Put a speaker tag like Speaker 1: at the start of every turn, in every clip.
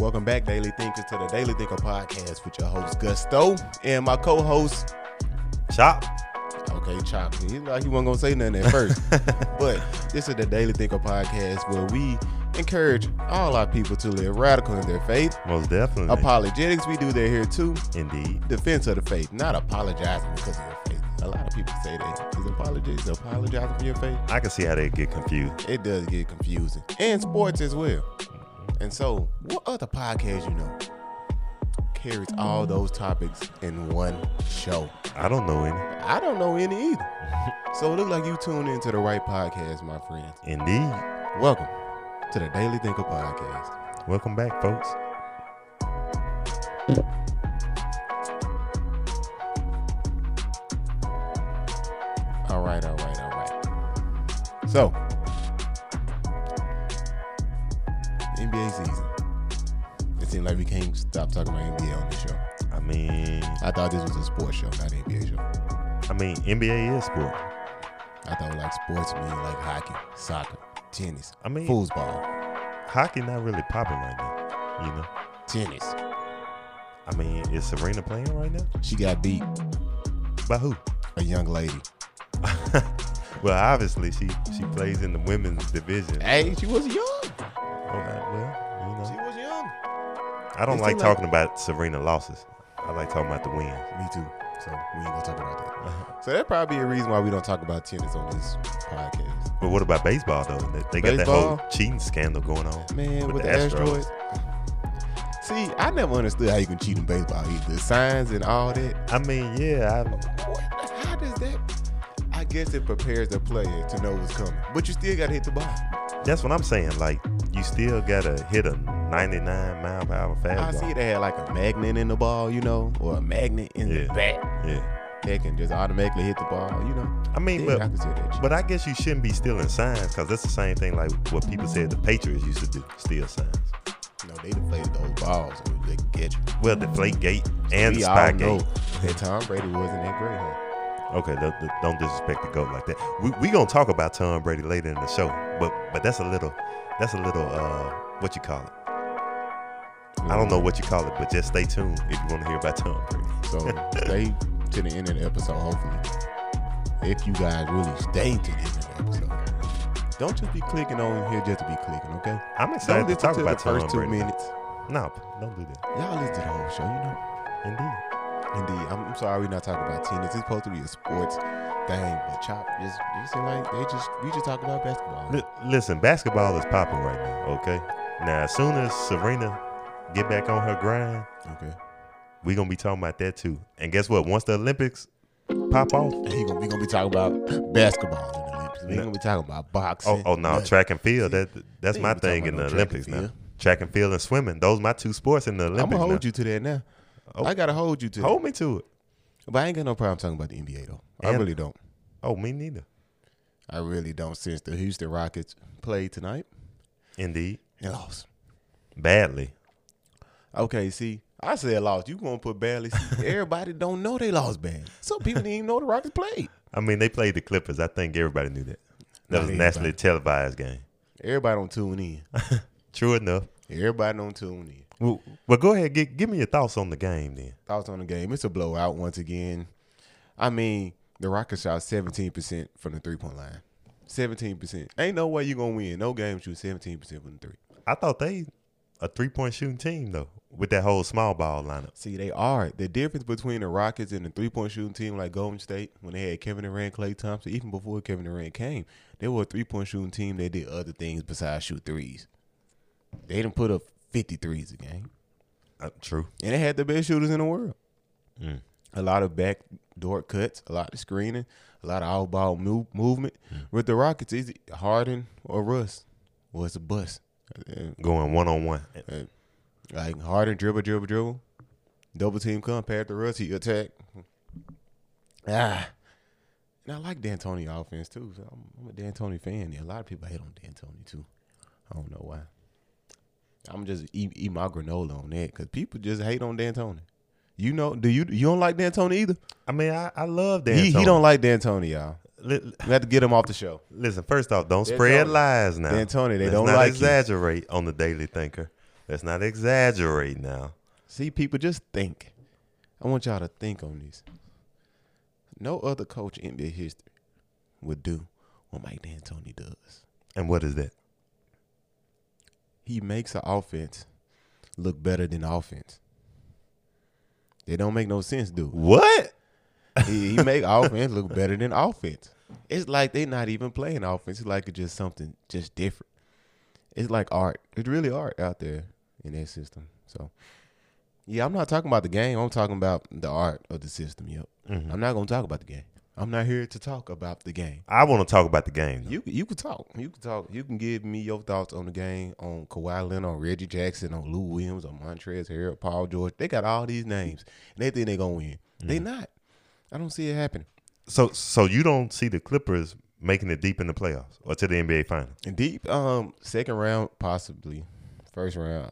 Speaker 1: Welcome back, Daily Thinkers, to the Daily Thinker podcast with your host, Gusto, and my co host,
Speaker 2: Chop.
Speaker 1: Okay, Chop. He, like he wasn't going to say nothing at first. but this is the Daily Thinker podcast where we encourage all our people to live radical in their faith.
Speaker 2: Most definitely.
Speaker 1: Apologetics, we do that here too.
Speaker 2: Indeed.
Speaker 1: Defense of the faith, not apologizing because of your faith. A lot of people say that. Is apologetics apologizing for your faith?
Speaker 2: I can see how they get confused.
Speaker 1: It does get confusing. And sports as well. And so, what other podcast you know carries all those topics in one show?
Speaker 2: I don't know any.
Speaker 1: I don't know any either. so it looks like you tuned into the right podcast, my friends.
Speaker 2: Indeed.
Speaker 1: Welcome to the Daily Thinker Podcast.
Speaker 2: Welcome back, folks.
Speaker 1: All right, all right, all right. So, NBA season. It seemed like we can't stop talking about NBA on this show.
Speaker 2: I mean,
Speaker 1: I thought this was a sports show, not an NBA show.
Speaker 2: I mean, NBA is sport.
Speaker 1: I thought like sports mean like hockey, soccer, tennis,
Speaker 2: I mean-
Speaker 1: foosball,
Speaker 2: Hockey not really popping right now. You know,
Speaker 1: tennis.
Speaker 2: I mean, is Serena playing right now?
Speaker 1: She got beat,
Speaker 2: By who?
Speaker 1: a young lady.
Speaker 2: Well, obviously she she plays in the women's division.
Speaker 1: Hey, she was young.
Speaker 2: Oh, that- well, you know.
Speaker 1: She was young.
Speaker 2: I don't
Speaker 1: It's
Speaker 2: like
Speaker 1: still like-
Speaker 2: talking about Serena losses. I like talking about the wins.
Speaker 1: Me too. So we ain't gonna talk about that. So that probably a reason why we don't talk about tennis on this podcast.
Speaker 2: But what about baseball though? They- They got that
Speaker 1: Baseball?
Speaker 2: whole cheating scandal going on.
Speaker 1: Man, with,
Speaker 2: With
Speaker 1: the,
Speaker 2: the
Speaker 1: asteroids. See, I never understood how you can cheat in baseball either. Signs and all that.
Speaker 2: I mean, yeah, I,
Speaker 1: What? How does that? I guess it prepares the player to know what's coming, but you still gotta hit the ball.
Speaker 2: That's what I'm saying. Like, you still gotta hit a 99 mile per hour
Speaker 1: I
Speaker 2: fastball.
Speaker 1: see they had like a magnet in the ball, you know, or a magnet in the
Speaker 2: Yeah.
Speaker 1: bat
Speaker 2: Yeah.
Speaker 1: that can just automatically hit the ball, you know.
Speaker 2: I mean,
Speaker 1: Yeah, I
Speaker 2: but
Speaker 1: can see that.
Speaker 2: but I guess you shouldn't be stealing signs because that's the same thing like what people said the Patriots used to do, steal signs.
Speaker 1: you know, they deflated those balls so they could get you.
Speaker 2: Well, the flake gate and
Speaker 1: we
Speaker 2: the
Speaker 1: all
Speaker 2: spy
Speaker 1: know
Speaker 2: gate.
Speaker 1: that Tom Brady wasn't that great. Huh?
Speaker 2: Okay, don't, don't- don't disrespect the goat like that. We we gonna talk about Tom Brady later in the show, but but that's a little that's a little uh what you call it. I don't know what you call it, but just stay tuned if you want to hear about Tom Brady.
Speaker 1: So stay to the end of the episode, hopefully. If you guys really stay to the end of the episode, don't just be clicking on here just to be clicking, okay?
Speaker 2: I'm
Speaker 1: Don't
Speaker 2: excited to
Speaker 1: listen
Speaker 2: talk
Speaker 1: to the
Speaker 2: about Tom
Speaker 1: first two
Speaker 2: Brady.
Speaker 1: minutes.
Speaker 2: No, don't do that.
Speaker 1: Y'all listen to the whole show, you know.
Speaker 2: Indeed.
Speaker 1: Indeed, I'm, I'm sorry we're not talking about tennis. It's supposed to be a sports thing, but chop just you seem like they just we just talk about basketball.
Speaker 2: Li- Listen, basketball is popping right now, okay? Now, as soon as Serena get back on her grind,
Speaker 1: Okay,
Speaker 2: we going to be talking about that too. And guess what? Once the Olympics pop off, oh,
Speaker 1: and he gonna we gonna be talking about basketball in the Olympics. We ain't
Speaker 2: No.
Speaker 1: gonna be talking about boxing.
Speaker 2: oh, oh no,
Speaker 1: nothing.
Speaker 2: track and field, that that's
Speaker 1: See,
Speaker 2: my
Speaker 1: we talking
Speaker 2: thing in the
Speaker 1: about no track and
Speaker 2: Olympics now.
Speaker 1: field.
Speaker 2: Track and field and swimming, those my two sports in the
Speaker 1: I'm
Speaker 2: Olympics.
Speaker 1: gonna hold
Speaker 2: now.
Speaker 1: you to that now.
Speaker 2: Oh.
Speaker 1: I gotta hold you to
Speaker 2: Hold me to it.
Speaker 1: that. But I ain't got no problem talking about the NBA though. I
Speaker 2: And-
Speaker 1: really don't.
Speaker 2: Oh, me neither.
Speaker 1: I really don't since the Houston Rockets played tonight
Speaker 2: Indeed.
Speaker 1: and lost.
Speaker 2: Badly.
Speaker 1: Okay, see, I said lost. You gonna put badly? See, everybody don't know they lost bad. Some people didn't even know the Rockets played.
Speaker 2: I mean, they played the Clippers. I think everybody knew that. That
Speaker 1: Not
Speaker 2: was a
Speaker 1: everybody.
Speaker 2: nationally televised game.
Speaker 1: Everybody don't tune in.
Speaker 2: True enough.
Speaker 1: Everybody don't tune in.
Speaker 2: Well, well go ahead. Give, give me your thoughts on the game then.
Speaker 1: Thoughts on the game? It's a blowout once again. I mean, the Rockets shot seventeen percent from the three point line. Seventeen percent. Ain't no way you gonna win. No game shoot seventeen percent from the three.
Speaker 2: I thought they a three point shooting team though with that whole small ball lineup.
Speaker 1: See, they are the difference between the Rockets and the three point shooting team like Golden State when they had Kevin Durant, Clay Thompson. Even before Kevin Durant came, they were a three point shooting team. They did other things besides shoot threes. They didn't put up 50 threes a game.
Speaker 2: Uh, true.
Speaker 1: and they had the best shooters in the world. A lot of backdoor cuts, a lot of screening, a lot of all ball move, movement. With the Rockets, is it Harden or Russ was a bust. Uh, And,
Speaker 2: Going one on one.
Speaker 1: and, Like Harden dribble, dribble, dribble, double team come, pass to Russ, he attack. Ah, and I like D'Antoni offense too. So I'm, I'm a D'Antoni fan. And a lot of people hate on D'Antoni too. I don't know why. I'm just eat, eat my granola on that because people just hate on D'Antoni. You know, do you you don't like D'Antoni either?
Speaker 2: I mean, I, I love Dan.
Speaker 1: He, he don't like D'Antoni, y'all.
Speaker 2: Li-
Speaker 1: We have to get him off the show.
Speaker 2: listen, first off, don't spread
Speaker 1: D'Antoni.
Speaker 2: lies now.
Speaker 1: D'Antoni, they
Speaker 2: Let's
Speaker 1: don't
Speaker 2: not
Speaker 1: like you.
Speaker 2: exaggerate on the Daily Thinker. Let's not exaggerate now.
Speaker 1: See, people, just think. I want y'all to think on this. No other coach in NBA history would do what Mike D'Antoni does.
Speaker 2: And what is that?
Speaker 1: He makes an offense look better than offense. It don't make no sense, dude.
Speaker 2: What?
Speaker 1: He, he make offense look better than offense. It's like they not even playing offense. It's like it's just something just different. It's like art. It's really art out there in that system. So, yeah, I'm not talking about the game. I'm talking about the art of the system. Yep. I'm not gonna talk about the game. I'm not here to talk about the game.
Speaker 2: I want to talk about the game. though.
Speaker 1: You you can talk. You can talk. You can give me your thoughts on the game, on Kawhi Leonard, on Reggie Jackson, on Lou Williams, on Montrez Harrell, Paul George. They got all these names, and they think they're gonna win. They not. I don't see it happening.
Speaker 2: So, so you don't see the Clippers making it deep in the playoffs or to the NBA Finals?
Speaker 1: And deep, um, second round possibly, first round.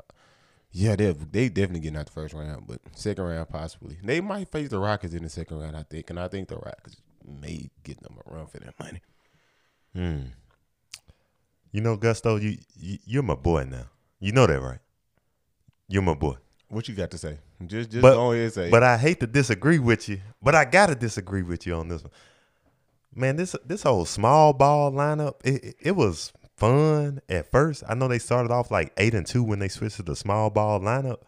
Speaker 1: Yeah, they they definitely getting out the first round, but second round possibly. They might face the Rockets in the second round, I think, and I think the Rockets may get them a run for their money.
Speaker 2: You know, Gusto, you, you you're my boy now. You know that, right? You're my boy.
Speaker 1: What you got to say? Just just
Speaker 2: But-
Speaker 1: go ahead and say.
Speaker 2: But I hate to disagree with you, but I gotta disagree with you on this one. Man, this this whole small ball lineup, it, it- it was fun at first. I know they started off like eight and two when they switched to the small ball lineup,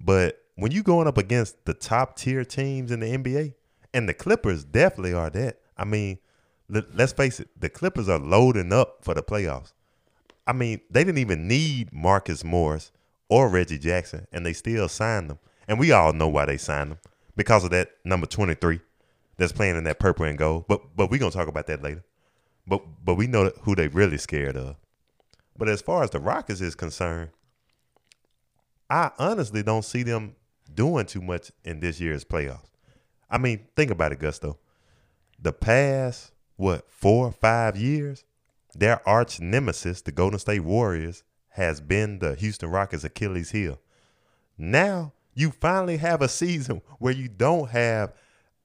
Speaker 2: but when you going up against the top tier teams in the NBA, and the Clippers definitely are that. I mean, let, let's face it, the Clippers are loading up for the playoffs. I mean, they didn't even need Marcus Morris or Reggie Jackson, and they still signed them. And we all know why they signed them because of that number twenty three that's playing in that purple and gold. But but we're gonna talk about that later. But but we know who they really scared of. But as far as the Rockets is concerned, I honestly don't see them doing too much in this year's playoffs. I mean, think about it, Gusto. The past what four or five years, their arch nemesis, the Golden State Warriors, has been the Houston Rockets' Achilles heel. Now you finally have a season where you don't have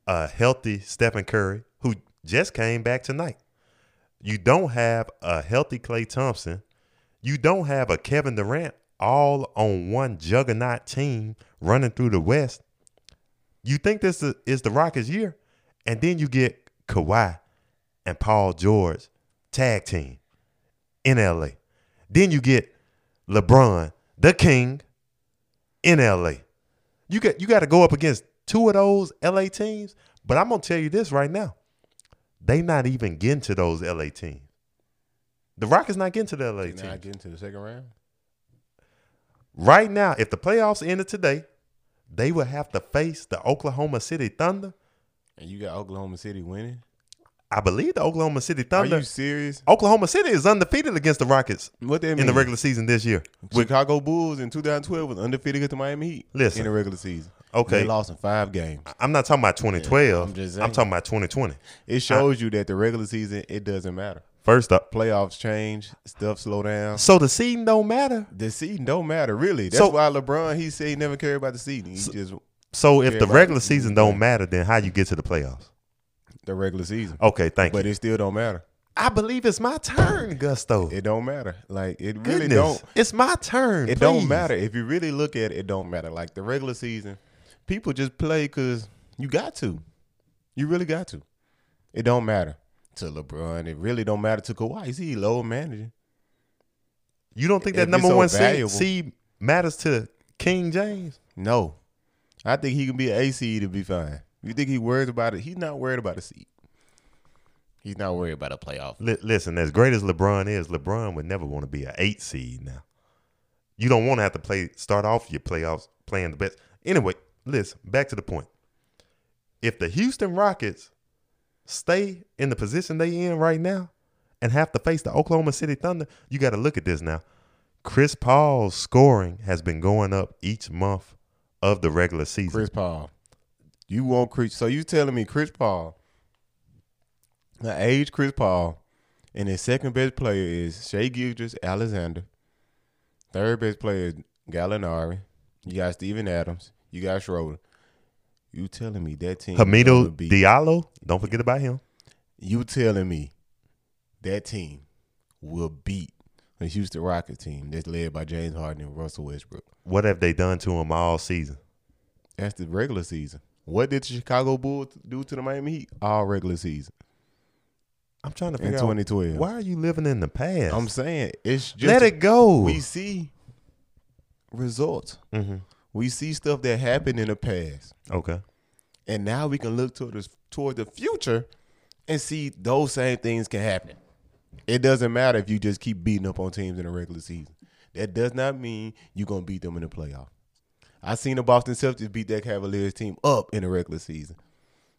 Speaker 2: a healthy Stephen Curry who just came back tonight. You don't have a healthy Clay Thompson. You don't have a Kevin Durant all on one juggernaut team running through the West. You think this is- is the Rockets' year, and then you get Kawhi and Paul George tag team in LA. Then you get LeBron, the king, in LA. You got you got to go up against two of those LA teams, but I'm going to tell you this right now. They not even getting to those LA teams. The Rockets not getting to the LA
Speaker 1: They
Speaker 2: teams.
Speaker 1: not getting to the second round.
Speaker 2: Right now, if the playoffs ended today, they would have to face the Oklahoma City Thunder.
Speaker 1: And you got Oklahoma City winning?
Speaker 2: I believe the Oklahoma City Thunder.
Speaker 1: Are you serious?
Speaker 2: Oklahoma City is undefeated against the Rockets
Speaker 1: What that mean?
Speaker 2: in the regular season this year.
Speaker 1: Chicago Bulls in 2012 was undefeated against the Miami Heat.
Speaker 2: Listen.
Speaker 1: in the regular season,
Speaker 2: Okay.
Speaker 1: they lost in five games.
Speaker 2: I'm not talking about 2012.
Speaker 1: I'm
Speaker 2: I'm,
Speaker 1: just saying.
Speaker 2: talking about 2020.
Speaker 1: It shows you that the regular season it doesn't matter.
Speaker 2: First up.
Speaker 1: Playoffs change, stuff slow down.
Speaker 2: So the seeding don't matter.
Speaker 1: The seeding don't matter really. That's
Speaker 2: So-
Speaker 1: why LeBron he said he never cared about the seeding. He just
Speaker 2: So if
Speaker 1: Yeah,
Speaker 2: the
Speaker 1: right.
Speaker 2: regular season don't matter, then how you get to the playoffs?
Speaker 1: the regular season,
Speaker 2: Okay, Oh, thank
Speaker 1: but
Speaker 2: you.
Speaker 1: it still don't matter.
Speaker 2: I believe it's my turn, Gusto.
Speaker 1: It don't matter. Like it really
Speaker 2: Goodness,
Speaker 1: don't.
Speaker 2: it's my turn.
Speaker 1: It
Speaker 2: please.
Speaker 1: don't matter if you really look at it. It don't matter. Like the regular season, people just play because you got to. You really got to. It don't matter to LeBron. It really don't matter to Kawhi. He's he low managing.
Speaker 2: You don't think
Speaker 1: If
Speaker 2: that
Speaker 1: it's
Speaker 2: number
Speaker 1: so
Speaker 2: one seed,
Speaker 1: valuable.
Speaker 2: seed matters to King James?
Speaker 1: No, I think he can be an AC to be fine. You think he worried about it? He's not worried about a seat. He's not worried about a playoff.
Speaker 2: Li- listen, as great as LeBron is, LeBron would never want to be an eight seed now. You don't want to have to play start off your playoffs playing the best. Anyway, listen, back to the point. If the Houston Rockets stay in the position they in right now and have to face the Oklahoma City Thunder, you got to look at this now. Chris Paul's scoring has been going up each month of the regular season.
Speaker 1: Chris Paul, you want Chris? So you telling me Chris Paul, the age Chris Paul, and his second best player is Shea Gilgis Alexander. Third best player is Gallinari. You got Steven Adams. You got Schroeder. You telling me that team? is gonna
Speaker 2: Hamido
Speaker 1: be-
Speaker 2: Diallo, don't forget about him.
Speaker 1: You telling me that team will beat the Houston Rockets team that's led by James Harden and Russell Westbrook.
Speaker 2: What have they done to him all season?
Speaker 1: That's the regular season. What did the Chicago Bulls do to the Miami Heat all regular season
Speaker 2: I'm trying to
Speaker 1: in
Speaker 2: figure out
Speaker 1: 2012?
Speaker 2: why are you living in the past.
Speaker 1: I'm saying it's just
Speaker 2: Let it go. Mm-hmm.
Speaker 1: we see results. We see stuff that happened in the past,
Speaker 2: Okay.
Speaker 1: and now we can look toward the, toward the future and see those same things can happen. It doesn't matter if you just keep beating up on teams in the regular season. That does not mean you're gonna beat them in the playoff. I seen the Boston Celtics beat that Cavaliers team up in the regular season.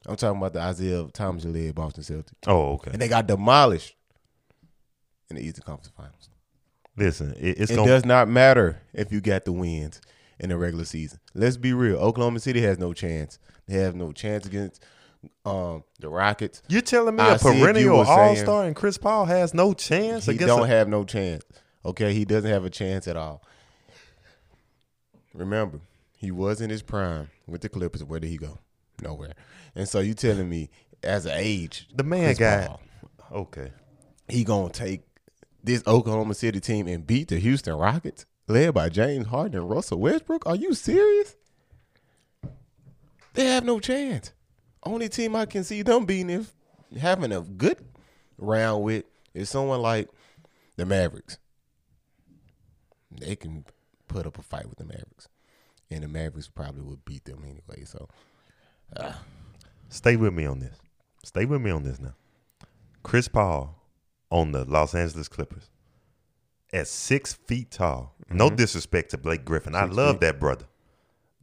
Speaker 1: I'm talking about the Isaiah Thomas led Boston Celtics,
Speaker 2: Oh, okay.
Speaker 1: and they got demolished in the Eastern Conference Finals.
Speaker 2: Listen, it, it's
Speaker 1: It
Speaker 2: going. to
Speaker 1: does not matter if you got the wins in the regular season. Let's be real. Oklahoma City has no chance. They have no chance against um, the Rockets.
Speaker 2: You're telling me
Speaker 1: I
Speaker 2: a
Speaker 1: see if you
Speaker 2: perennial
Speaker 1: were saying-
Speaker 2: All Star and Chris Paul has no chance
Speaker 1: He
Speaker 2: against
Speaker 1: don't
Speaker 2: a-
Speaker 1: have no chance. Okay, he doesn't have a chance at all. Remember, he was in his prime with the Clippers. Where did he go? Nowhere. And so you telling me, as an age,
Speaker 2: the man
Speaker 1: Chris
Speaker 2: got.
Speaker 1: Paul,
Speaker 2: Okay.
Speaker 1: he gonna take this Oklahoma City team and beat the Houston Rockets, led by James Harden and Russell Westbrook? Are you serious? They have no chance. Only team I can see them beating if having a good round with is someone like the Mavericks. They can put up a fight with the Mavericks, and the Mavericks probably would beat them anyway. So
Speaker 2: Stay with me on this. Stay with me on this now. Chris Paul on the Los Angeles Clippers at six feet tall. No
Speaker 1: Mm-hmm.
Speaker 2: disrespect to Blake Griffin. I love that brother.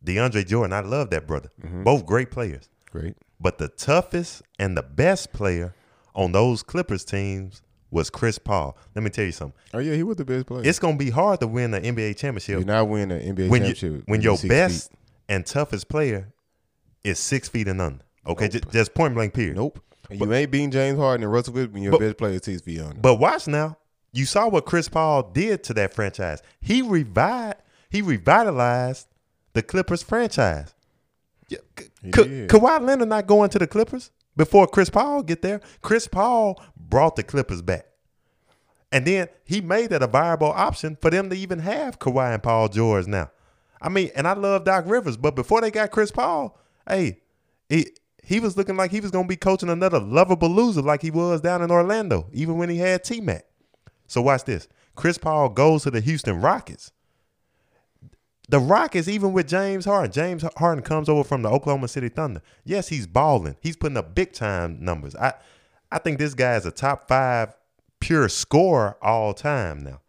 Speaker 2: DeAndre Jordan, I love that brother.
Speaker 1: Mm-hmm.
Speaker 2: Both great players.
Speaker 1: great.
Speaker 2: But the toughest and the best player on those Clippers teams was Chris Paul. Let me tell you something.
Speaker 1: Oh yeah, he was the best player.
Speaker 2: It's gonna be hard to win the NBA championship
Speaker 1: You're not winning an NBA
Speaker 2: when
Speaker 1: championship
Speaker 2: you when
Speaker 1: you're
Speaker 2: your
Speaker 1: six feet.
Speaker 2: best and toughest player is six feet and under. Okay, ju- just point blank period.
Speaker 1: Nope. And you ain't beating James Harden and Russell Westbrook when your best player is six feet under.
Speaker 2: But watch now. You saw what Chris Paul did to that franchise. He revived, he revitalized the Clippers franchise. Yeah, Ka-
Speaker 1: He
Speaker 2: Ka-
Speaker 1: did.
Speaker 2: Kawhi Leonard not going to the Clippers before Chris Paul get there. Chris Paul brought the Clippers back. And then he made that a viable option for them to even have Kawhi and Paul George now. I mean, and I love Doc Rivers, but before they got Chris Paul, hey, he he was looking like he was gonna be coaching another lovable loser like he was down in Orlando, even when he had T Mac. So watch this. Chris Paul goes to the Houston Rockets. The Rockets, even with James Harden, James Harden comes over from the Oklahoma City Thunder. Yes, he's balling. He's putting up big time numbers. I, I think this guy is a top five pure scorer all time now.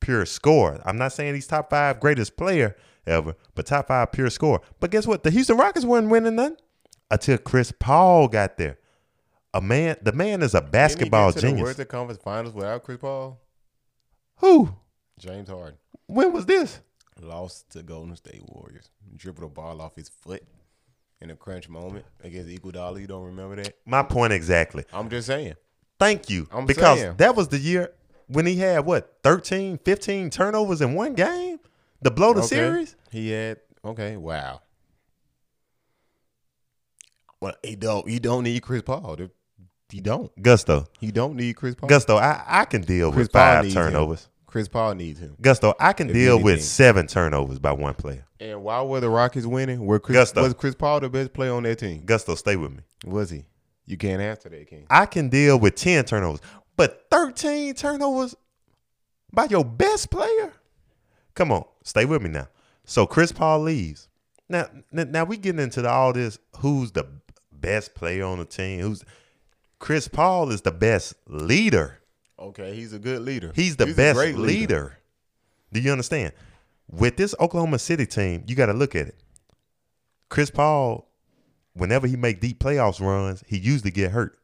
Speaker 2: Pure scorer. I'm not saying he's top five greatest player ever, but top five pure scorer. But guess what? The Houston Rockets weren't winning none until Chris Paul got there. A man, the man is a basketball
Speaker 1: Didn't he get to The
Speaker 2: genius.
Speaker 1: Western Conference Finals without Chris Paul,
Speaker 2: Who?
Speaker 1: James Harden
Speaker 2: When was this?
Speaker 1: lost to Golden State Warriors. Dribbled a ball off his foot in a crunch moment against Iguodala. You don't remember that?
Speaker 2: My point exactly.
Speaker 1: I'm just saying.
Speaker 2: Thank you.
Speaker 1: I'm
Speaker 2: because
Speaker 1: saying.
Speaker 2: that was the year when he had what 13, 15 turnovers in one game to blow the
Speaker 1: Okay.
Speaker 2: series.
Speaker 1: He had okay. Wow. Well, he don't. He don't need Chris Paul. He don't.
Speaker 2: Gusto,
Speaker 1: He don't need Chris Paul.
Speaker 2: Gusto, I, I can deal
Speaker 1: Oh. Chris
Speaker 2: with
Speaker 1: Paul
Speaker 2: five
Speaker 1: needs him.
Speaker 2: turnovers.
Speaker 1: Chris Paul needs him.
Speaker 2: Gusto, I can
Speaker 1: If
Speaker 2: deal with
Speaker 1: anything.
Speaker 2: seven turnovers by one player.
Speaker 1: And why were the Rockets winning? Were Chris,
Speaker 2: Gusto.
Speaker 1: was Chris Paul the best player on that team?
Speaker 2: Gusto, stay with me.
Speaker 1: Was he? You can't answer that, King.
Speaker 2: I can deal with ten turnovers, but thirteen turnovers by your best player. Come on, stay with me now. So Chris Paul leaves. Now, n- now we getting into the, all this. Who's the best player on the team? Who's Chris Paul is the best leader.
Speaker 1: Okay, he's a good leader.
Speaker 2: He's the
Speaker 1: a
Speaker 2: best
Speaker 1: great
Speaker 2: leader. Do you understand? With this Oklahoma City team, you got to look at it. Chris Paul, whenever he make deep playoffs runs, he usually get hurt.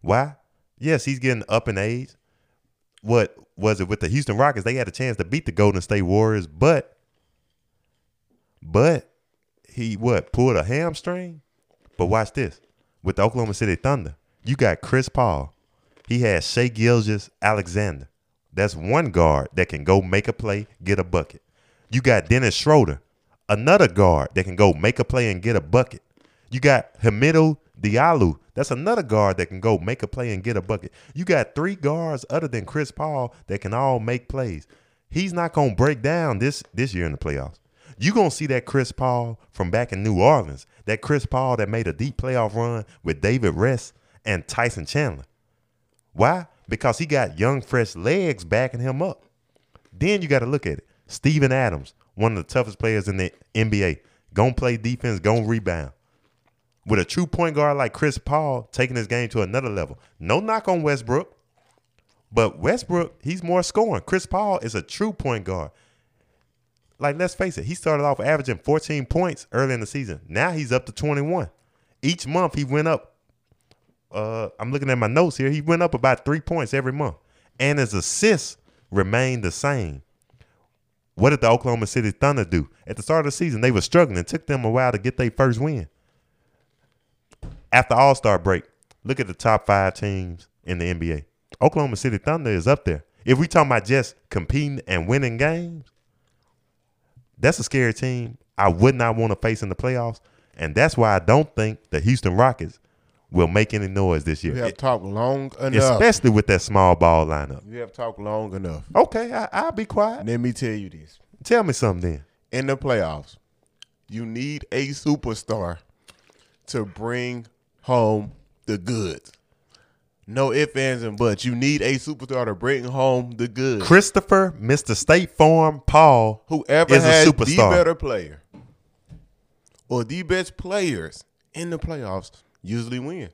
Speaker 2: Why? Yes, he's getting up in age. What was it with the Houston Rockets? They had a chance to beat the Golden State Warriors, but but he what pulled a hamstring. But watch this with the Oklahoma City Thunder. You got Chris Paul. He has Shea Gilgis Alexander. That's one guard that can go make a play, get a bucket. You got Dennis Schroeder, another guard that can go make a play and get a bucket. You got Hamido Diallo, that's another guard that can go make a play and get a bucket. You got three guards other than Chris Paul that can all make plays. He's not gonna break down this this year in the playoffs. You gonna see that Chris Paul from back in New Orleans, that Chris Paul that made a deep playoff run with David Rest and Tyson Chandler. Why? Because he got young, fresh legs backing him up. Then you got to look at it. Steven Adams, one of the toughest players in the NBA, gonna play defense, gonna rebound. With a true point guard like Chris Paul taking his game to another level. No knock on Westbrook, but Westbrook, he's more scoring. Chris Paul is a true point guard. Like, let's face it, he started off averaging 14 points early in the season. Now he's up to 21. Each month he went up uh, I'm looking at my notes here. He went up about three points every month, and his assists remained the same. What did the Oklahoma City Thunder do at the start of the season? They were struggling. It took them a while to get their first win. After All Star break, look at the top five teams in the NBA. Oklahoma City Thunder is up there. If we talking about just competing and winning games, that's a scary team. I would not want to face in the playoffs, and that's why I don't think the Houston Rockets will make any noise this year.
Speaker 1: You have talked long enough.
Speaker 2: especially with that small ball lineup.
Speaker 1: you have talked long enough.
Speaker 2: Okay, I, I'll be quiet.
Speaker 1: Let me tell you this.
Speaker 2: Tell me something then.
Speaker 1: In the playoffs, you need a superstar to bring home the goods. No ifs, ands, and buts. You need a superstar to bring home the goods.
Speaker 2: Christopher, Mr. State Farm, Paul.
Speaker 1: Whoever
Speaker 2: is a
Speaker 1: has
Speaker 2: superstar.
Speaker 1: the better player or the best players in the playoffs usually wins.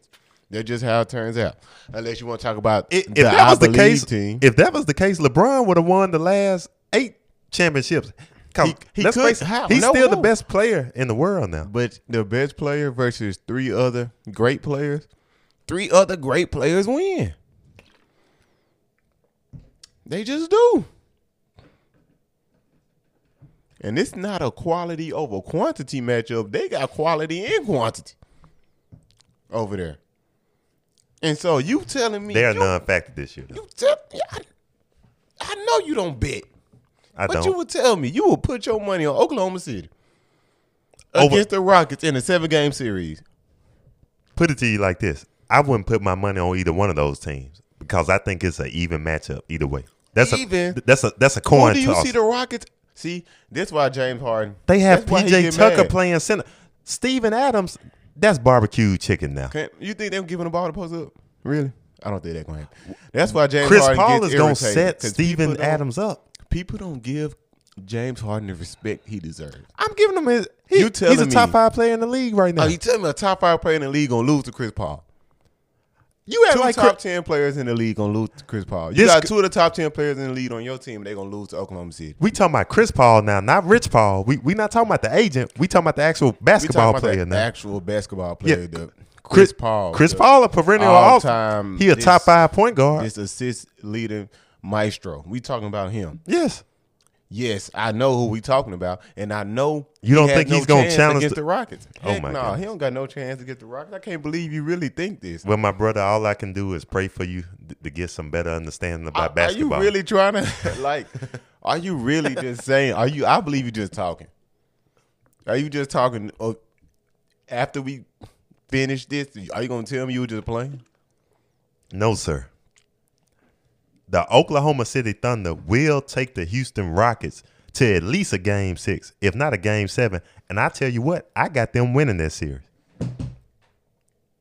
Speaker 1: That's just how it turns out. Unless you want to talk about
Speaker 2: I- If
Speaker 1: the
Speaker 2: that
Speaker 1: I
Speaker 2: was the
Speaker 1: Believe
Speaker 2: case,
Speaker 1: team.
Speaker 2: if that was the case, LeBron would have won the last eight championships. 'Cause
Speaker 1: He- he
Speaker 2: let's
Speaker 1: could-
Speaker 2: face it,
Speaker 1: how?
Speaker 2: he's
Speaker 1: No,
Speaker 2: still the
Speaker 1: no.
Speaker 2: best player in the world now.
Speaker 1: But the best player versus three other great players, three other great players win. They just do. And it's not a quality over quantity matchup. They got quality and quantity over there. And so you telling me
Speaker 2: They're a
Speaker 1: you,
Speaker 2: non-factor this year. though.
Speaker 1: you tell I, I know you don't bet.
Speaker 2: I
Speaker 1: But you
Speaker 2: don't.
Speaker 1: would tell me you would put your money on Oklahoma City
Speaker 2: Over-
Speaker 1: against the Rockets in a seven game series.
Speaker 2: Put it to you like this: I wouldn't put my money on either one of those teams because I think it's an even matchup either way. That's
Speaker 1: Even?
Speaker 2: a that's a that's a
Speaker 1: Who
Speaker 2: coin
Speaker 1: do you
Speaker 2: toss.
Speaker 1: see the Rockets? See, that's why James Harden.
Speaker 2: They have
Speaker 1: that's why he
Speaker 2: PJ
Speaker 1: get
Speaker 2: Tucker
Speaker 1: mad.
Speaker 2: playing center. Steven Adams, that's barbecue chicken now.
Speaker 1: Can- You think they're giving the ball to post up? Really? I don't think that's going to happen. That's why James
Speaker 2: Chris
Speaker 1: Harden
Speaker 2: Paul
Speaker 1: gets
Speaker 2: is going to
Speaker 1: irritated,
Speaker 2: set
Speaker 1: 'cause
Speaker 2: Steven
Speaker 1: people don't-
Speaker 2: Adams up.
Speaker 1: People don't give James Harden the respect he deserves.
Speaker 2: I'm giving him his. He,
Speaker 1: You
Speaker 2: he's a
Speaker 1: telling
Speaker 2: top
Speaker 1: me-
Speaker 2: five player in the league right now.
Speaker 1: Oh, you tell me a top five player in the league gonna lose to Chris Paul? You
Speaker 2: act
Speaker 1: two
Speaker 2: like
Speaker 1: top
Speaker 2: Chris-
Speaker 1: ten players in the league gonna lose to Chris Paul. You
Speaker 2: This
Speaker 1: got
Speaker 2: could-
Speaker 1: two of the top ten players in the league on your team. They gonna lose to Oklahoma City.
Speaker 2: we talking about Chris Paul now, not Rich Paul. We we not talking about the agent. We talking about the actual
Speaker 1: We
Speaker 2: basketball
Speaker 1: talking about
Speaker 2: player
Speaker 1: the
Speaker 2: now.
Speaker 1: actual basketball player.
Speaker 2: Yeah,
Speaker 1: the Chris,
Speaker 2: Chris-
Speaker 1: Paul.
Speaker 2: Chris
Speaker 1: the-
Speaker 2: Paul, a perennial all
Speaker 1: all-time
Speaker 2: He a
Speaker 1: this-
Speaker 2: top five point guard.
Speaker 1: this assist leading maestro. We talking about him.
Speaker 2: yes.
Speaker 1: Yes, I know who we talking about, and I know
Speaker 2: You don't
Speaker 1: he had
Speaker 2: think
Speaker 1: no
Speaker 2: he's gonna
Speaker 1: chance
Speaker 2: challenge
Speaker 1: against
Speaker 2: the-
Speaker 1: the, Rockets.
Speaker 2: Oh
Speaker 1: Heck
Speaker 2: my
Speaker 1: no,
Speaker 2: goodness.
Speaker 1: he don't got no chance to get the Rockets. I can't believe you really think this.
Speaker 2: Well, my brother, all I can do is pray for you th- to get some better understanding about
Speaker 1: Are-
Speaker 2: basketball.
Speaker 1: Are you really trying to like? Are you really just saying? Are you? I believe you just talking. Are you just talking? Or after we finish this, are you gonna tell me you were just playing?
Speaker 2: No, sir. The Oklahoma City Thunder will take the Houston Rockets to at least a game six, if not a game seven. And I tell you what, I got them winning that series.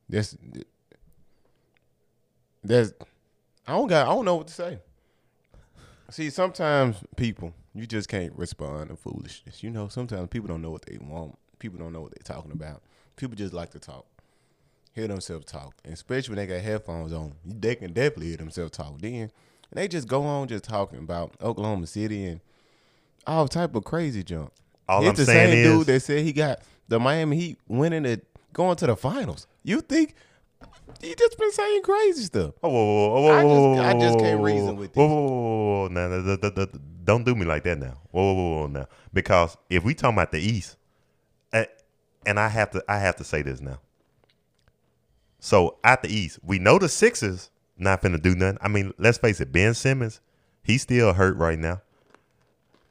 Speaker 1: That's that's. I don't got. I don't know what to say. See, sometimes people you just can't respond to foolishness. You know, sometimes people don't know what they want. People don't know what they're talking about. People just like to talk, hear themselves talk, and especially when they got headphones on. They can definitely hear themselves talk then, and they just go on just talking about Oklahoma City and all type of crazy junk.
Speaker 2: All
Speaker 1: it's
Speaker 2: I'm
Speaker 1: the
Speaker 2: saying
Speaker 1: same
Speaker 2: is-
Speaker 1: dude that said he got the Miami Heat winning the going to the finals. You think he just been saying crazy stuff?
Speaker 2: Oh, whoa, whoa, whoa, whoa,
Speaker 1: I just-
Speaker 2: whoa,
Speaker 1: I just
Speaker 2: whoa,
Speaker 1: can't
Speaker 2: whoa,
Speaker 1: reason
Speaker 2: whoa,
Speaker 1: with
Speaker 2: whoa, whoa, whoa, whoa, whoa. No, no, no, no, no, no. don't do me like that now. Whoa, whoa, whoa, whoa, now. Because if we talking about the East, a- and I have to, I have to say this now. So at the East, we know the Sixers not finna do nothing. I mean, let's face it, Ben Simmons, he's still hurt right now.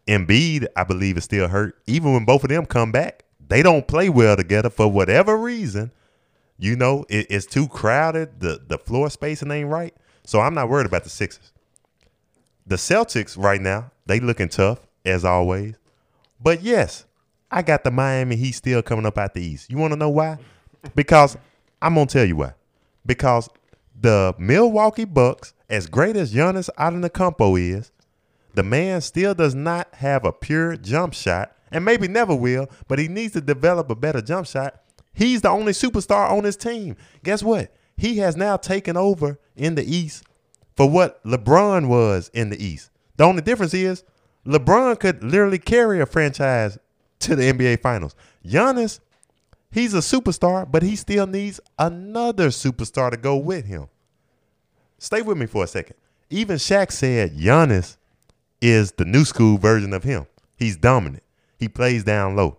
Speaker 2: Embiid, I believe, is still hurt. Even when both of them come back, they don't play well together for whatever reason. You know, it, it's too crowded. The the floor spacing ain't right. So I'm not worried about the Sixers. The Celtics right now, they looking tough as always. But yes, I got the Miami Heat still coming up out the East. You want to know why? Because I'm gonna tell you why. Because the Milwaukee Bucks, as great as Giannis Antetokounmpo is, the man still does not have a pure jump shot, and maybe never will. But he needs to develop a better jump shot. He's the only superstar on his team. Guess what? He has now taken over in the East for what LeBron was in the East. The only difference is LeBron could literally carry a franchise to the NBA Finals. Giannis, he's a superstar, but he still needs another superstar to go with him. Stay with me for a second. Even Shaq said Giannis is the new school version of him. He's dominant. He plays down low.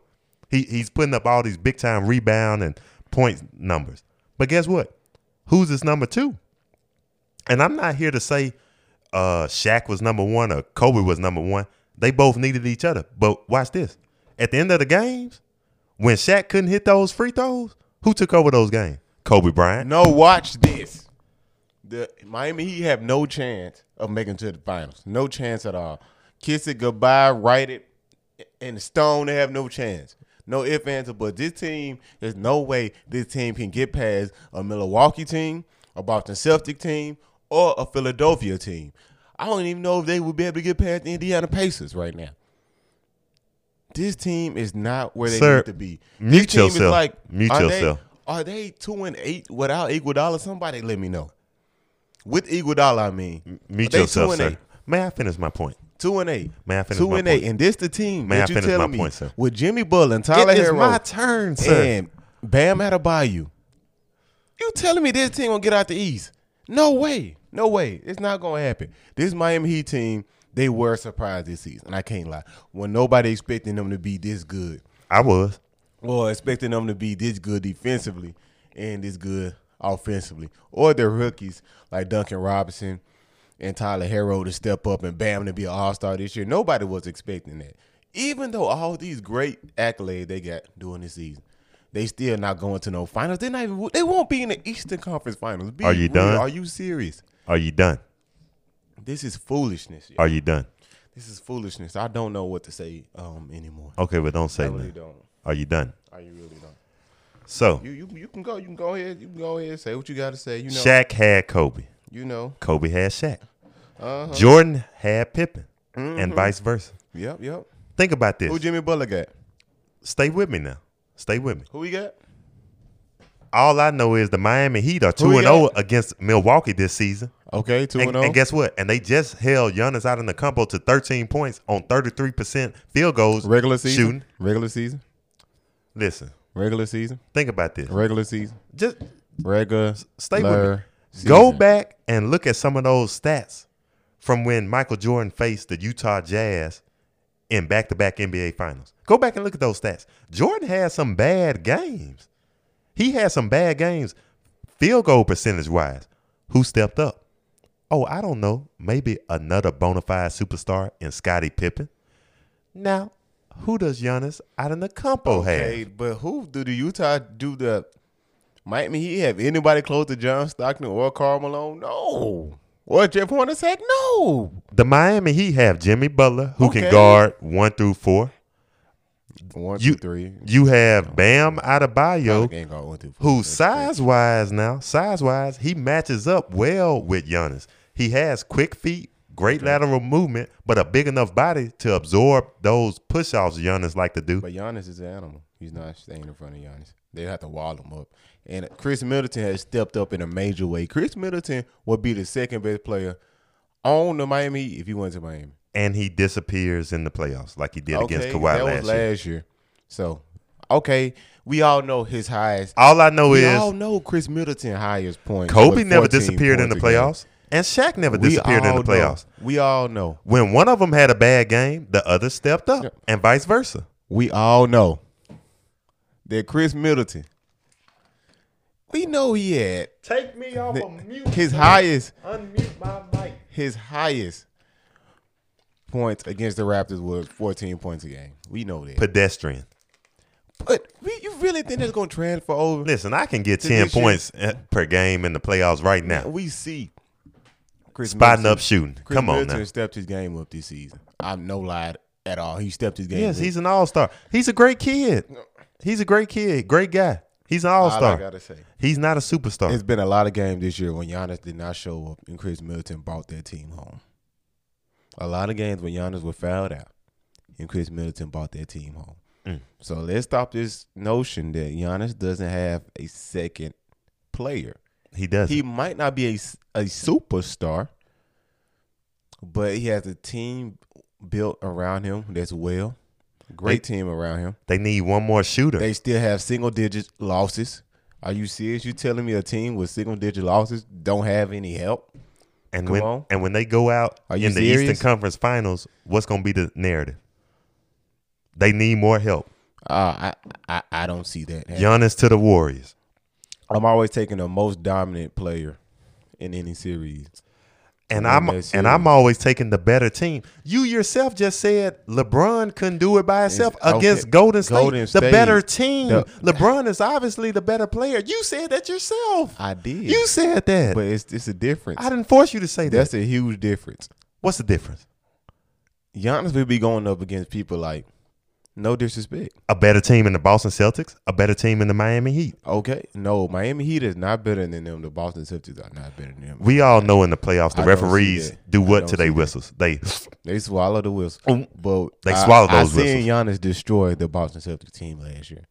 Speaker 2: He he's putting up all these big time rebound and points numbers. But guess what? Who's his number two? And I'm not here to say uh Shaq was number one or Kobe was number one. They both needed each other. But watch this. At the end of the games, when Shaq couldn't hit those free throws, who took over those games? Kobe Bryant.
Speaker 1: No, watch this. The Miami Heat have no chance of making it to the finals. No chance at all. Kiss it goodbye, write it in the stone. They have no chance. No ifs, ands, or but this team, there's no way this team can get past a Milwaukee team, a Boston Celtic team, or a Philadelphia team. I don't even know if they would be able to get past the Indiana Pacers right now. This team is not where they
Speaker 2: Sir,
Speaker 1: need to be. This
Speaker 2: mute
Speaker 1: team
Speaker 2: yourself.
Speaker 1: Is like,
Speaker 2: Mute
Speaker 1: are
Speaker 2: yourself.
Speaker 1: They, are they two and eight without Iguodala? Somebody let me know. With Iguodala, I mean.
Speaker 2: Meet
Speaker 1: They
Speaker 2: yourself,
Speaker 1: two and
Speaker 2: sir.
Speaker 1: eight.
Speaker 2: May I finish my point?
Speaker 1: Two and eight.
Speaker 2: May I finish
Speaker 1: Two
Speaker 2: my
Speaker 1: and
Speaker 2: point?
Speaker 1: eight. And this the team
Speaker 2: May I
Speaker 1: that you
Speaker 2: finish my
Speaker 1: telling me
Speaker 2: point, sir?
Speaker 1: with Jimmy Bull and Tyler
Speaker 2: it is
Speaker 1: Hero
Speaker 2: my turn, sir.
Speaker 1: and Bam Adebayo. You telling me this team gonna get out the East? No way. No way. It's not gonna happen. This Miami Heat team, they were surprised this season. I can't lie. When nobody expecting them to be this good.
Speaker 2: I was.
Speaker 1: Or expecting them to be this good defensively and this good offensively. Or their rookies like Duncan Robinson and Tyler Harrow to step up and bam to be an all star this year. Nobody was expecting that. Even though all these great accolades they got during this season, they still not going to no finals. They're not even they won't be in the Eastern Conference Finals. Be
Speaker 2: Are you
Speaker 1: real.
Speaker 2: done?
Speaker 1: Are you serious?
Speaker 2: Are you done?
Speaker 1: This is foolishness. yo.
Speaker 2: Are you done?
Speaker 1: This is foolishness. I don't know what to say um anymore.
Speaker 2: Okay, but don't say
Speaker 1: I
Speaker 2: nothing.
Speaker 1: really don't.
Speaker 2: Are you done?
Speaker 1: I really don't.
Speaker 2: So
Speaker 1: You you you can go. You can go ahead. You can go ahead. Say what you got to say. You know.
Speaker 2: Shaq had Kobe.
Speaker 1: You know.
Speaker 2: Kobe had Shaq.
Speaker 1: Uh-huh.
Speaker 2: Jordan had Pippen, and vice versa.
Speaker 1: Yep. Yep.
Speaker 2: Think about this.
Speaker 1: Mm-hmm. Who Jimmy Butler got?
Speaker 2: Stay with me now. Stay with me.
Speaker 1: Who he got?
Speaker 2: All I know is the Miami Heat are
Speaker 1: we
Speaker 2: two and zero
Speaker 1: got?
Speaker 2: against Milwaukee this season,
Speaker 1: Okay. Two oh.
Speaker 2: and, and guess what? And they just held Giannis out in the combo to thirteen points on thirty three percent field goals
Speaker 1: Regular season.
Speaker 2: shooting.
Speaker 1: Regular season.
Speaker 2: Listen,
Speaker 1: Regular season.
Speaker 2: think about this.
Speaker 1: Regular season.
Speaker 2: Just
Speaker 1: Regular.
Speaker 2: stay with me.
Speaker 1: season.
Speaker 2: Go back and look at some of those stats from when Michael Jordan faced the Utah Jazz in back to back NBA finals. Go back and look at those stats. Jordan had some bad games. He had some bad games, field goal percentage wise. Who stepped up? Oh, I don't know. Maybe another bona fide superstar in Scottie Pippen. Now, who does Giannis Antetokounmpo
Speaker 1: Okay,
Speaker 2: have?
Speaker 1: but who do the Utah do the? Might mean he have anybody close to John Stockton or Carl Malone? No. Or Jeff Hornacek? No.
Speaker 2: The Miami Heat have Jimmy Butler, who
Speaker 1: Okay.
Speaker 2: can guard one through four.
Speaker 1: One,
Speaker 2: You-
Speaker 1: two, three.
Speaker 2: You have Bam Adebayo,
Speaker 1: Ain't got one, two, four.
Speaker 2: who size wise now, size wise, he matches up well with Giannis. He has quick feet, great lateral movement, but a big enough body to absorb those push offs Giannis like to do.
Speaker 1: But Giannis is an animal. He's not staying in front of Giannis. They have to wall him up. And Chris Middleton has stepped up in a major way. Chris Middleton would be the second best player on the Miami Heat if he went to Miami.
Speaker 2: And he disappears in the playoffs like he did against Kawhi
Speaker 1: that
Speaker 2: last,
Speaker 1: was
Speaker 2: year.
Speaker 1: last year. So, okay, we all know his highest.
Speaker 2: All I know
Speaker 1: We
Speaker 2: is
Speaker 1: all know Chris Middleton highest point.
Speaker 2: Kobe
Speaker 1: with
Speaker 2: never
Speaker 1: 14
Speaker 2: disappeared in the
Speaker 1: points a game.
Speaker 2: playoffs, and Shaq never
Speaker 1: We
Speaker 2: disappeared in the
Speaker 1: all know.
Speaker 2: playoffs.
Speaker 1: We all know.
Speaker 2: When one of them had a bad game, the other stepped up, and vice versa.
Speaker 1: we all know that Chris Middleton, we know he had
Speaker 2: Take me off of mute.
Speaker 1: his highest,
Speaker 2: Unmute my mic.
Speaker 1: his highest points against the Raptors was 14 points a game. We know that.
Speaker 2: Pedestrian.
Speaker 1: But we, you really think that's gonna transfer over?
Speaker 2: Listen, I can get
Speaker 1: This
Speaker 2: ten
Speaker 1: is-
Speaker 2: points eh, per game in the playoffs right now.
Speaker 1: We see Chris
Speaker 2: Spotting
Speaker 1: Middleton-
Speaker 2: up, shooting.
Speaker 1: Chris
Speaker 2: Come on
Speaker 1: Middleton
Speaker 2: now.
Speaker 1: stepped his game up this season. I'm no lie at all. He stepped his game.
Speaker 2: Yes,
Speaker 1: up.
Speaker 2: he's an all star. He's a great kid. He's a great kid. Great guy. He's an all
Speaker 1: all I
Speaker 2: star.
Speaker 1: gotta say.
Speaker 2: He's not a superstar.
Speaker 1: It's been a lot of games this year when Giannis did not show up and Chris Middleton brought that team home. A lot of games when Giannis was fouled out and Chris Middleton brought that team home.
Speaker 2: Mm.
Speaker 1: So let's stop this notion that Giannis doesn't have a second player.
Speaker 2: he does.
Speaker 1: He might not be a, s- a superstar, but he has a team built around him that's well. Great team around him.
Speaker 2: They need one more shooter.
Speaker 1: They still have single digit losses. Are you serious? You telling me a team with single digit losses don't have any help?
Speaker 2: and
Speaker 1: come
Speaker 2: when
Speaker 1: on.
Speaker 2: and when they go out
Speaker 1: Are you
Speaker 2: in the
Speaker 1: serious?
Speaker 2: Eastern Conference Finals, what's going to be the narrative? They need more help.
Speaker 1: Uh, I, I I don't see that. happening.
Speaker 2: Giannis to the Warriors.
Speaker 1: I'm always taking the most dominant player in any series.
Speaker 2: And
Speaker 1: win
Speaker 2: I'm
Speaker 1: that series.
Speaker 2: and I'm always taking the better team. You yourself just said LeBron couldn't do it by himself
Speaker 1: okay.
Speaker 2: against Golden State,
Speaker 1: Golden State.
Speaker 2: the better team.
Speaker 1: The-
Speaker 2: LeBron is obviously the better player. You said that yourself.
Speaker 1: I did,
Speaker 2: you said that.
Speaker 1: but it's it's a difference.
Speaker 2: I didn't force you to say
Speaker 1: That's
Speaker 2: that.
Speaker 1: a huge difference.
Speaker 2: What's the difference?
Speaker 1: Giannis will be going up against people like, no disrespect.
Speaker 2: A better team in the Boston Celtics, a better team in the Miami Heat.
Speaker 1: Okay, no, Miami Heat is not better than them. The Boston Celtics are not better than them.
Speaker 2: We all know in the playoffs the
Speaker 1: I don't see
Speaker 2: referees
Speaker 1: that.
Speaker 2: do
Speaker 1: I
Speaker 2: what
Speaker 1: don't
Speaker 2: to
Speaker 1: see
Speaker 2: their
Speaker 1: that.
Speaker 2: whistles. They
Speaker 1: They swallow the whistle.
Speaker 2: Oh,
Speaker 1: But
Speaker 2: they swallow
Speaker 1: I,
Speaker 2: those
Speaker 1: I seen Giannis destroy the Boston Celtics team last year.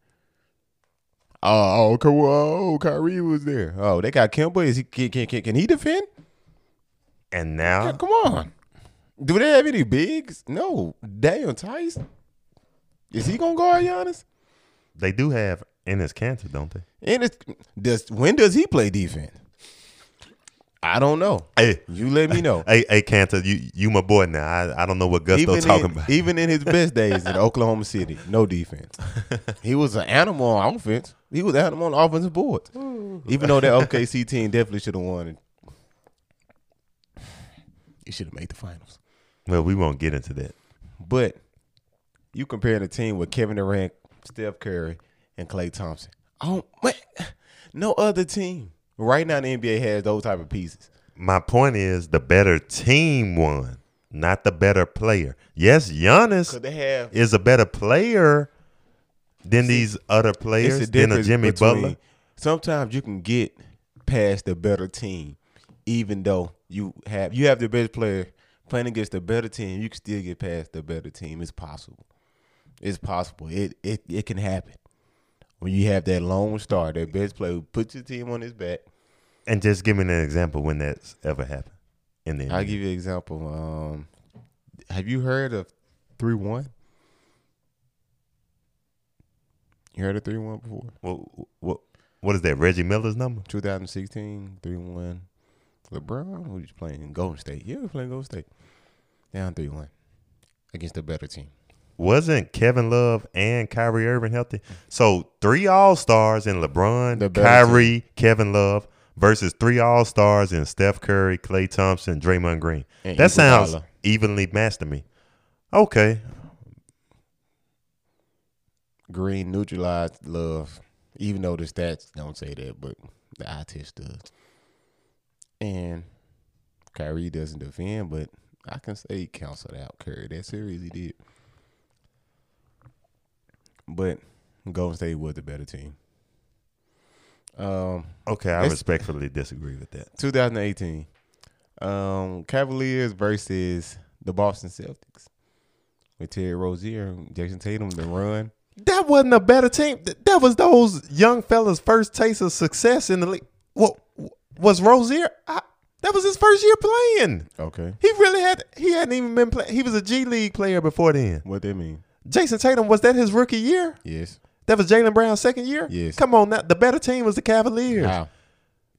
Speaker 1: Oh, oh, Ka- oh, Kyrie was there. Oh, they got Kemba. Is he can can, can, can he defend?
Speaker 2: and now
Speaker 1: Come on. Do they have any bigs? No. Daniel Tice. Is he gonna guard Giannis?
Speaker 2: they do have in his cancer, don't they?
Speaker 1: And it's, does when does he play defense? I don't know.
Speaker 2: Hey,
Speaker 1: You let me know.
Speaker 2: hey, hey, Cantor, you you my boy now. I, I don't know what Gusto talking
Speaker 1: in,
Speaker 2: about.
Speaker 1: even in his best days in Oklahoma City, no defense. He was an animal on offense. He was an animal on the offensive board. Even though that OKC team definitely should have won. It, it should have made the finals.
Speaker 2: well, we won't get into that.
Speaker 1: But you compare the team with Kevin Durant, Steph Curry, and Klay Thompson. Oh, man. No other team right now in the NBA has those type of pieces.
Speaker 2: My point is the better team won, not the better player. Yes, Giannis
Speaker 1: Because they have
Speaker 2: is a better player than these other players
Speaker 1: it's the
Speaker 2: than a
Speaker 1: difference
Speaker 2: Jimmy
Speaker 1: between,
Speaker 2: Butler.
Speaker 1: Sometimes you can get past the better team, even though you have you have the best player playing against the better team. You can still get past the better team. It's possible. It's possible. It it it can happen when you have that lone star, that best player who puts your team on his back.
Speaker 2: And just give me an example when that's ever happened. In the
Speaker 1: I'll
Speaker 2: NBA.
Speaker 1: give you an example. Um, have you heard of three one? You heard of three one before?
Speaker 2: what, what, what is that? Reggie Miller's number?
Speaker 1: 2016, 3 1. LeBron, who was playing Golden State. Yeah, he was playing Golden State. Down 3 1 against a better team.
Speaker 2: Wasn't Kevin Love and Kyrie Irving healthy? So three All Stars in
Speaker 1: The
Speaker 2: LeBron,
Speaker 1: better
Speaker 2: Kyrie, Kevin Love versus three All Stars in Steph Curry, Clay Thompson, Draymond Green.
Speaker 1: And
Speaker 2: that sounds
Speaker 1: Iguodala.
Speaker 2: evenly matched to me. Okay,
Speaker 1: Green neutralized Love, even though the stats don't say that, but the eye test does. And Kyrie doesn't defend, but I can say he canceled out Curry. That series he did. But Golden State was the better team. Um,
Speaker 2: okay, I
Speaker 1: Let's-
Speaker 2: respectfully disagree with that.
Speaker 1: 2018. Um, Cavaliers versus the Boston Celtics with Terry Rozier, and Jason Tatum, the run.
Speaker 2: That wasn't a better team. Th- That was those young fellas' first taste of success in the league. What was Rozier? I, that was his first year playing.
Speaker 1: Okay,
Speaker 2: He really had. He hadn't even been playing. He was a G League player before then.
Speaker 1: what that mean?
Speaker 2: Jason Tatum was that his rookie year?
Speaker 1: Yes.
Speaker 2: That was Jalen Brown's second year.
Speaker 1: Yes.
Speaker 2: Come on, now the better team was the Cavaliers.
Speaker 1: How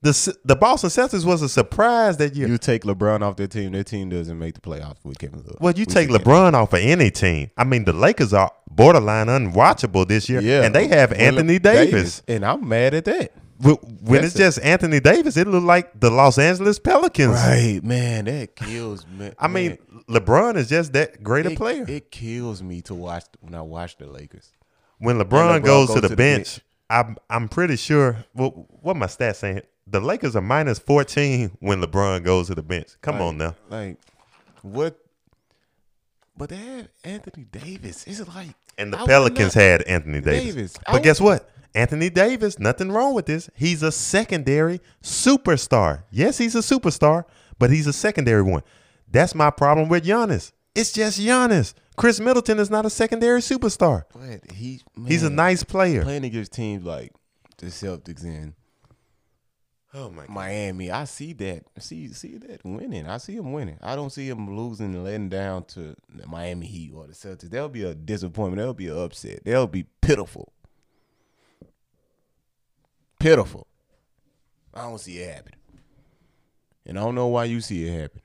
Speaker 2: The S- the Boston Celtics was a surprise that year.
Speaker 1: you take LeBron off their team? Their team doesn't make the playoffs with Kevin Love.
Speaker 2: well, you
Speaker 1: We
Speaker 2: take
Speaker 1: see that.
Speaker 2: LeBron off of any team. I mean, the Lakers are borderline unwatchable this year, and they have
Speaker 1: Well,
Speaker 2: Anthony
Speaker 1: Le-
Speaker 2: Davis.
Speaker 1: and I'm mad at that.
Speaker 2: W When
Speaker 1: That's
Speaker 2: it's just Anthony Davis, it looked like the Los Angeles Pelicans.
Speaker 1: Right, man, that kills me.
Speaker 2: I mean, LeBron is just that great a
Speaker 1: it,
Speaker 2: player.
Speaker 1: It kills me to watch when I watch the Lakers.
Speaker 2: when LeBron,
Speaker 1: LeBron
Speaker 2: goes
Speaker 1: goes
Speaker 2: to
Speaker 1: to
Speaker 2: the,
Speaker 1: the
Speaker 2: bench, I'm I'm pretty sure. What what my stats saying? The Lakers are minus 14 when LeBron goes to the bench. Come
Speaker 1: Like-
Speaker 2: on now.
Speaker 1: Like what? But they had Anthony Davis. Is it like
Speaker 2: And the
Speaker 1: I would
Speaker 2: Pelicans
Speaker 1: not-
Speaker 2: had Anthony Davis.
Speaker 1: Davis. I
Speaker 2: But
Speaker 1: would-
Speaker 2: guess what? Anthony Davis, nothing wrong with this. He's a secondary superstar. Yes, he's a superstar, but he's a secondary one. That's my problem with Giannis. It's just Giannis. Chris Middleton is not a secondary superstar.
Speaker 1: But he
Speaker 2: He's a
Speaker 1: man,
Speaker 2: nice player.
Speaker 1: playing against teams like the Celtics and
Speaker 2: Oh my
Speaker 1: Miami. I see that. See see that winning. I see him winning. I don't see him losing and letting down to the Miami Heat or the Celtics. That'll be a disappointment. That'll be an upset. That'll be pitiful. Pitiful. I don't see it happening. And I don't know why you see it happen.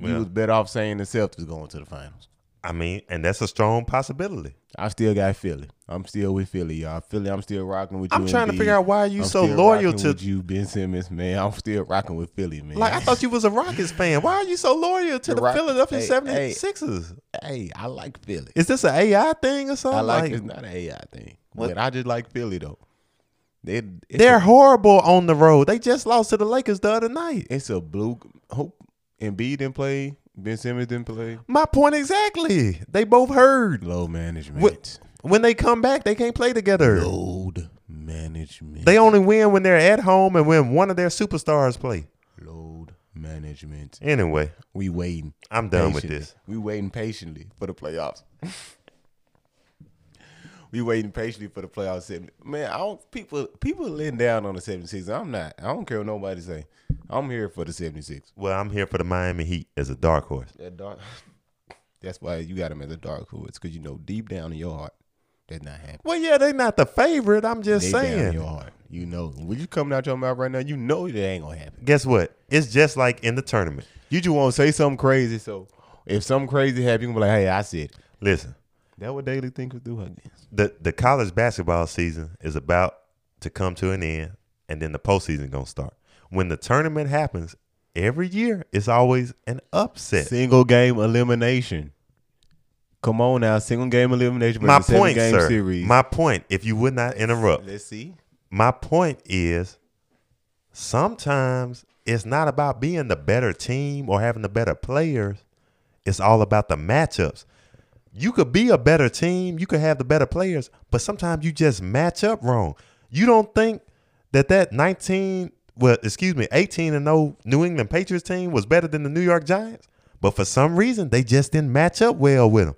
Speaker 1: You
Speaker 2: Well-
Speaker 1: was better off saying the Celtics going to the finals.
Speaker 2: I mean, and that's a strong possibility.
Speaker 1: I still got Philly. I'm still with Philly, y'all. Philly, I'm still rocking with you.
Speaker 2: I'm trying to
Speaker 1: Embiid.
Speaker 2: figure out why you
Speaker 1: I'm
Speaker 2: so
Speaker 1: still
Speaker 2: loyal
Speaker 1: rocking
Speaker 2: to
Speaker 1: with you, Ben Simmons, man. I'm still rocking with Philly, man.
Speaker 2: Like I thought you was a Rockets fan. Why are you so loyal to
Speaker 1: The
Speaker 2: the,
Speaker 1: Rock-
Speaker 2: Philadelphia
Speaker 1: hey, hey.
Speaker 2: 76ers?
Speaker 1: hey, I like Philly.
Speaker 2: Is this an AI thing or something?
Speaker 1: I like, it's not an AI thing,
Speaker 2: What?
Speaker 1: but I just like Philly though. They it's
Speaker 2: They're
Speaker 1: a,
Speaker 2: horrible on the road. They just lost to the Lakers the other night.
Speaker 1: it's a blue. Hope Embiid didn't play. Ben Simmons didn't play.
Speaker 2: My point exactly. They both heard.
Speaker 1: Low management.
Speaker 2: What- When they come back, they can't play together.
Speaker 1: Load management.
Speaker 2: They only win when they're at home and when one of their superstars play.
Speaker 1: load management.
Speaker 2: Anyway,
Speaker 1: We waiting.
Speaker 2: I'm done with
Speaker 1: patiently.
Speaker 2: this.
Speaker 1: We waiting patiently for the playoffs. we waiting patiently for the playoffs. Seven- Man, I don't people people letting down on the 76. I'm not. I don't care what nobody say. I'm here for the 76.
Speaker 2: Well, I'm here for the Miami Heat as a dark horse.
Speaker 1: That dark. That's why you got him as a dark horse because you know deep down in your heart that's not happening.
Speaker 2: Well, yeah, they're not the favorite. I'm just
Speaker 1: Deep down in
Speaker 2: saying.
Speaker 1: your heart, you know when you coming out your mouth right now, you know it ain't gonna happen.
Speaker 2: Guess what? It's just like in the tournament.
Speaker 1: You just want to say something crazy. So if something crazy happens, you can be like, "Hey, I said." it.
Speaker 2: Listen,
Speaker 1: That what daily thinkers do. I guess.
Speaker 2: the the college basketball season is about to come to an end, and then the postseason gonna start. When the tournament happens every year, it's always an upset.
Speaker 1: Single game elimination. Come on now, single game elimination.
Speaker 2: my
Speaker 1: versus seven
Speaker 2: point,
Speaker 1: game
Speaker 2: sir.
Speaker 1: Series.
Speaker 2: My point. If you would not interrupt,
Speaker 1: Let's see.
Speaker 2: my point is sometimes it's not about being the better team or having the better players. It's all about the matchups. You could be a better team, you could have the better players, but sometimes you just match up wrong. You don't think that that 19, well, excuse me, 18 and 0 New England Patriots team was better than the New York Giants, but for some reason they just didn't match up well with them.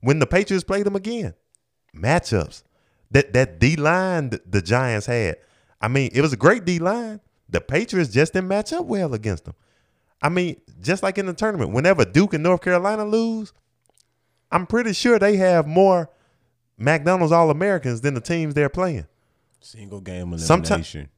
Speaker 2: When the Patriots played them again, matchups. That that D line th- the Giants had. I mean, it was a great D line. The Patriots just didn't match up well against them. I mean, just like in the tournament, whenever Duke and North Carolina lose, I'm pretty sure they have more McDonald's All Americans than the teams they're playing.
Speaker 1: Single game
Speaker 2: Sometime-
Speaker 1: elimination.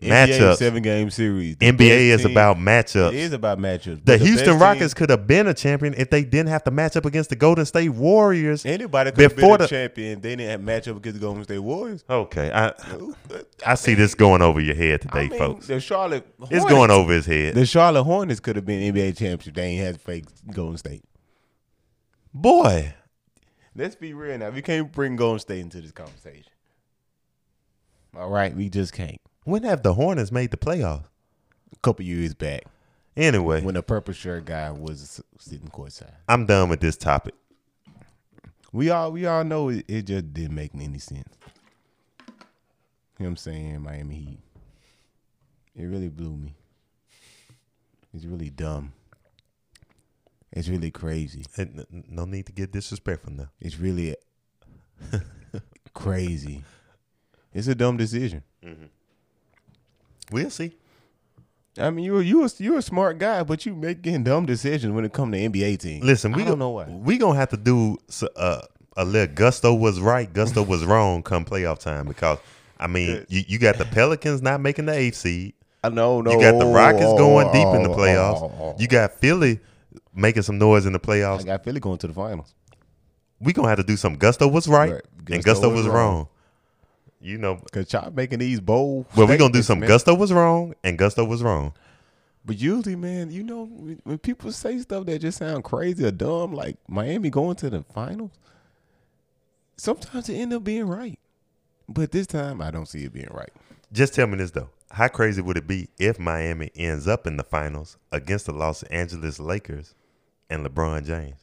Speaker 2: Matchups.
Speaker 1: NBA seven game series. The
Speaker 2: NBA
Speaker 1: best
Speaker 2: is
Speaker 1: team-
Speaker 2: about
Speaker 1: It
Speaker 2: matchups.
Speaker 1: is about matchups.
Speaker 2: The
Speaker 1: but best
Speaker 2: Houston
Speaker 1: team-
Speaker 2: Rockets could have been a champion if they didn't have to match up against the Golden State Warriors.
Speaker 1: Anybody could have been
Speaker 2: Before
Speaker 1: a
Speaker 2: the-
Speaker 1: champion. They didn't have match up against the Golden State Warriors.
Speaker 2: Okay, I
Speaker 1: Ooh, but-
Speaker 2: I see this going over your head today,
Speaker 1: I mean,
Speaker 2: folks.
Speaker 1: The Charlotte.
Speaker 2: It's
Speaker 1: Hornets-
Speaker 2: going over his head.
Speaker 1: The Charlotte Hornets could have been NBA championship. They ain't had fake Golden State.
Speaker 2: Boy,
Speaker 1: Let's be real now. We can't bring Golden State into this conversation. All right, we just can't.
Speaker 2: when have the Hornets made the playoffs?
Speaker 1: A couple years back,
Speaker 2: Anyway,
Speaker 1: when the purple shirt guy was sitting courtside,
Speaker 2: I'm done with this topic.
Speaker 1: we all we all know it, it just didn't make any sense. You know what I'm saying Miami Heat. It really blew me. It's really dumb. It's really crazy.
Speaker 2: And n- No need to get disrespectful now.
Speaker 1: It's really crazy. It's a dumb decision.
Speaker 2: We'll see.
Speaker 1: I mean, you you a, you a smart guy, but you making dumb decisions when it comes to NBA teams.
Speaker 2: Listen, we
Speaker 1: I don't know why.
Speaker 2: We gonna have to do s- uh, a little. Gusto was right. Gusto was wrong. Come playoff time, because I mean, you, you got the Pelicans not making the eighth seed.
Speaker 1: I know, no.
Speaker 2: You got the
Speaker 1: oh,
Speaker 2: Rockets
Speaker 1: oh,
Speaker 2: going deep
Speaker 1: oh,
Speaker 2: in the
Speaker 1: oh,
Speaker 2: playoffs.
Speaker 1: oh, oh, oh.
Speaker 2: You got Philly making some noise in the
Speaker 1: I
Speaker 2: playoffs.
Speaker 1: got Philly going to the finals.
Speaker 2: we gonna have to do some. Gusto was right,
Speaker 1: Right. Gusto
Speaker 2: and Gusto
Speaker 1: was
Speaker 2: was wrong.
Speaker 1: wrong.
Speaker 2: You know,
Speaker 1: Cause y'all making these bold.
Speaker 2: well, we gonna do
Speaker 1: statements,
Speaker 2: some.
Speaker 1: man.
Speaker 2: Gusto was wrong, and Gusto was wrong.
Speaker 1: But usually, man, you know, when when people say stuff that just sound crazy or dumb, like Miami going to the finals, sometimes it end up being right. But this time I don't see it being right.
Speaker 2: Just tell me this though. How crazy would it be if Miami ends up in the finals against the Los Angeles Lakers and LeBron James?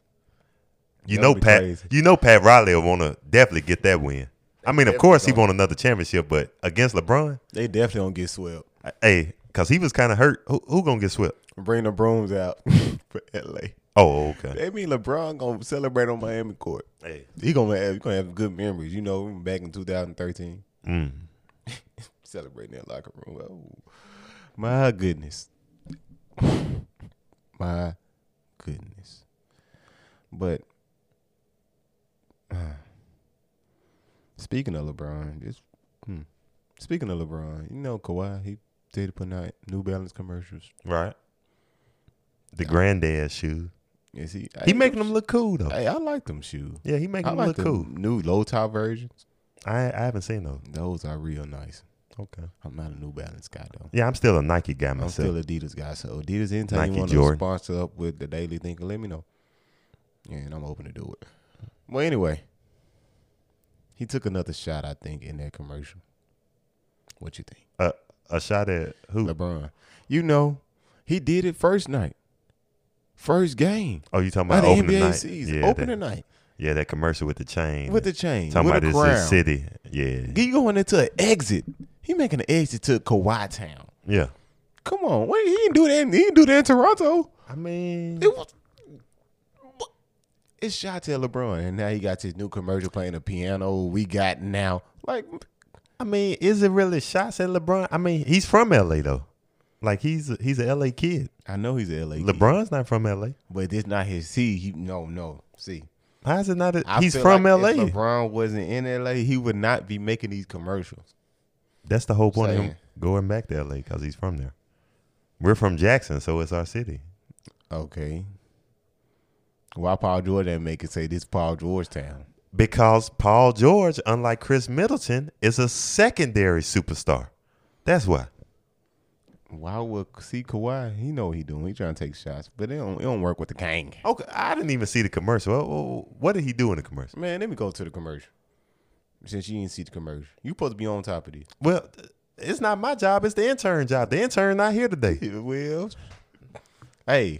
Speaker 2: You
Speaker 1: That
Speaker 2: know
Speaker 1: would be
Speaker 2: Pat
Speaker 1: crazy.
Speaker 2: you know Pat Riley will wanna definitely get that win. I mean, of course he won another championship, but against LeBron,
Speaker 1: They definitely don't get swept.
Speaker 2: I- hey, cause he was kinda hurt. Who who gonna get swept?
Speaker 1: Bring the brooms out for LA.
Speaker 2: Oh, okay.
Speaker 1: They mean LeBron gonna celebrate on Miami court.
Speaker 2: Hey.
Speaker 1: He gonna have, he gonna have good memories. You know, back in 2013,
Speaker 2: Mm.
Speaker 1: celebrating that locker room. Oh, my goodness, my goodness. But uh, speaking of LeBron, just hmm, speaking of LeBron, you know Kawhi, he did put out New Balance commercials.
Speaker 2: Right. The granddad shoe.
Speaker 1: Is he?
Speaker 2: He
Speaker 1: hey,
Speaker 2: making them look cool though.
Speaker 1: Hey, I like them shoes.
Speaker 2: Yeah, he making
Speaker 1: I
Speaker 2: them
Speaker 1: like
Speaker 2: look
Speaker 1: the
Speaker 2: cool.
Speaker 1: new low top versions.
Speaker 2: I I haven't seen those.
Speaker 1: Those are real nice.
Speaker 2: Okay.
Speaker 1: I'm not a New Balance guy though.
Speaker 2: Yeah, I'm still a Nike guy
Speaker 1: I'm
Speaker 2: myself.
Speaker 1: still Adidas guy. So Adidas, anytime
Speaker 2: Nike
Speaker 1: you want
Speaker 2: Jordan.
Speaker 1: to sponsor up with the Daily Thinker, let me know. Yeah, and I'm open to do it. Well, anyway, he took another shot, I think, in that commercial. What you think,
Speaker 2: a, a shot at who?
Speaker 1: LeBron? You know, he did it first night, first game
Speaker 2: Oh, you talking
Speaker 1: of
Speaker 2: about
Speaker 1: the
Speaker 2: opening
Speaker 1: NBA
Speaker 2: night?
Speaker 1: season,
Speaker 2: Yeah,
Speaker 1: opening
Speaker 2: that,
Speaker 1: night
Speaker 2: yeah, that commercial with the chain.
Speaker 1: with the chain,
Speaker 2: talking
Speaker 1: with
Speaker 2: about
Speaker 1: a
Speaker 2: it's
Speaker 1: crown.
Speaker 2: his city. Yeah,
Speaker 1: He going into an exit. He making an exit to Kawhi Town.
Speaker 2: yeah.
Speaker 1: Come on, what, he didn't do that. He didn't do that in Toronto.
Speaker 2: I mean,
Speaker 1: It was. It's Shotell LeBron, and now he got his new commercial playing the piano. We got now, like,
Speaker 2: I mean, is it really shots at LeBron? I mean, he's from LA though. Like he's he's a LA kid.
Speaker 1: I know he's a LA, kid,
Speaker 2: LeBron's not from LA.
Speaker 1: but this not his. See, he no, no. See,
Speaker 2: How is it not? A,
Speaker 1: I
Speaker 2: he's
Speaker 1: feel
Speaker 2: from
Speaker 1: like
Speaker 2: LA.
Speaker 1: If LeBron wasn't in LA, he would not be making these commercials.
Speaker 2: That's the whole point of him
Speaker 1: Saying.
Speaker 2: going back to LA because he's from there. We're from Jackson, so it's our city.
Speaker 1: Okay, why Paul George didn't make it say this Paul George town?
Speaker 2: Because Paul George, unlike Chris Middleton, is a secondary superstar. That's why.
Speaker 1: Why would see Kawhi? He know what he doing. He trying to take shots, but it don't, it don't work with the gang.
Speaker 2: Okay, I didn't even see the commercial. Oh, oh, What did he do in the commercial?
Speaker 1: Man, let me go to the commercial. Since you didn't see the commercial, you supposed to be on top of this.
Speaker 2: Well, it's not my job. It's the intern job. The intern not here today.
Speaker 1: Well, hey,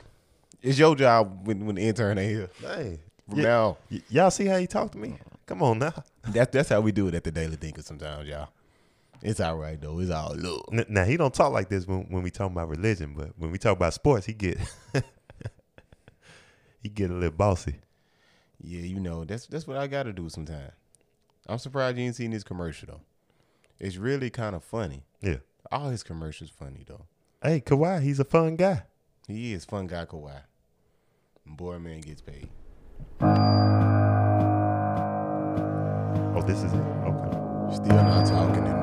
Speaker 1: it's your job when, when the intern ain't here.
Speaker 2: Hey,
Speaker 1: From now,
Speaker 2: y- y'all see how he talked to me? Come on now.
Speaker 1: that's that's how we do it at the Daily Thinker sometimes, y'all. It's all right though. It's all love.
Speaker 2: N- Now he don't talk like this when, when we talk about religion, but when we talk about sports, he get he get a little bossy.
Speaker 1: Yeah, you know that's that's what I got to do sometimes. I'm surprised you ain't seen this commercial though. It's really kind of funny.
Speaker 2: Yeah.
Speaker 1: All his commercials funny though.
Speaker 2: Hey, Kawhi, he's a fun guy.
Speaker 1: He is fun guy Kawhi. Boy, man gets paid.
Speaker 2: Oh, this is it. Okay.
Speaker 1: Still not talking anymore.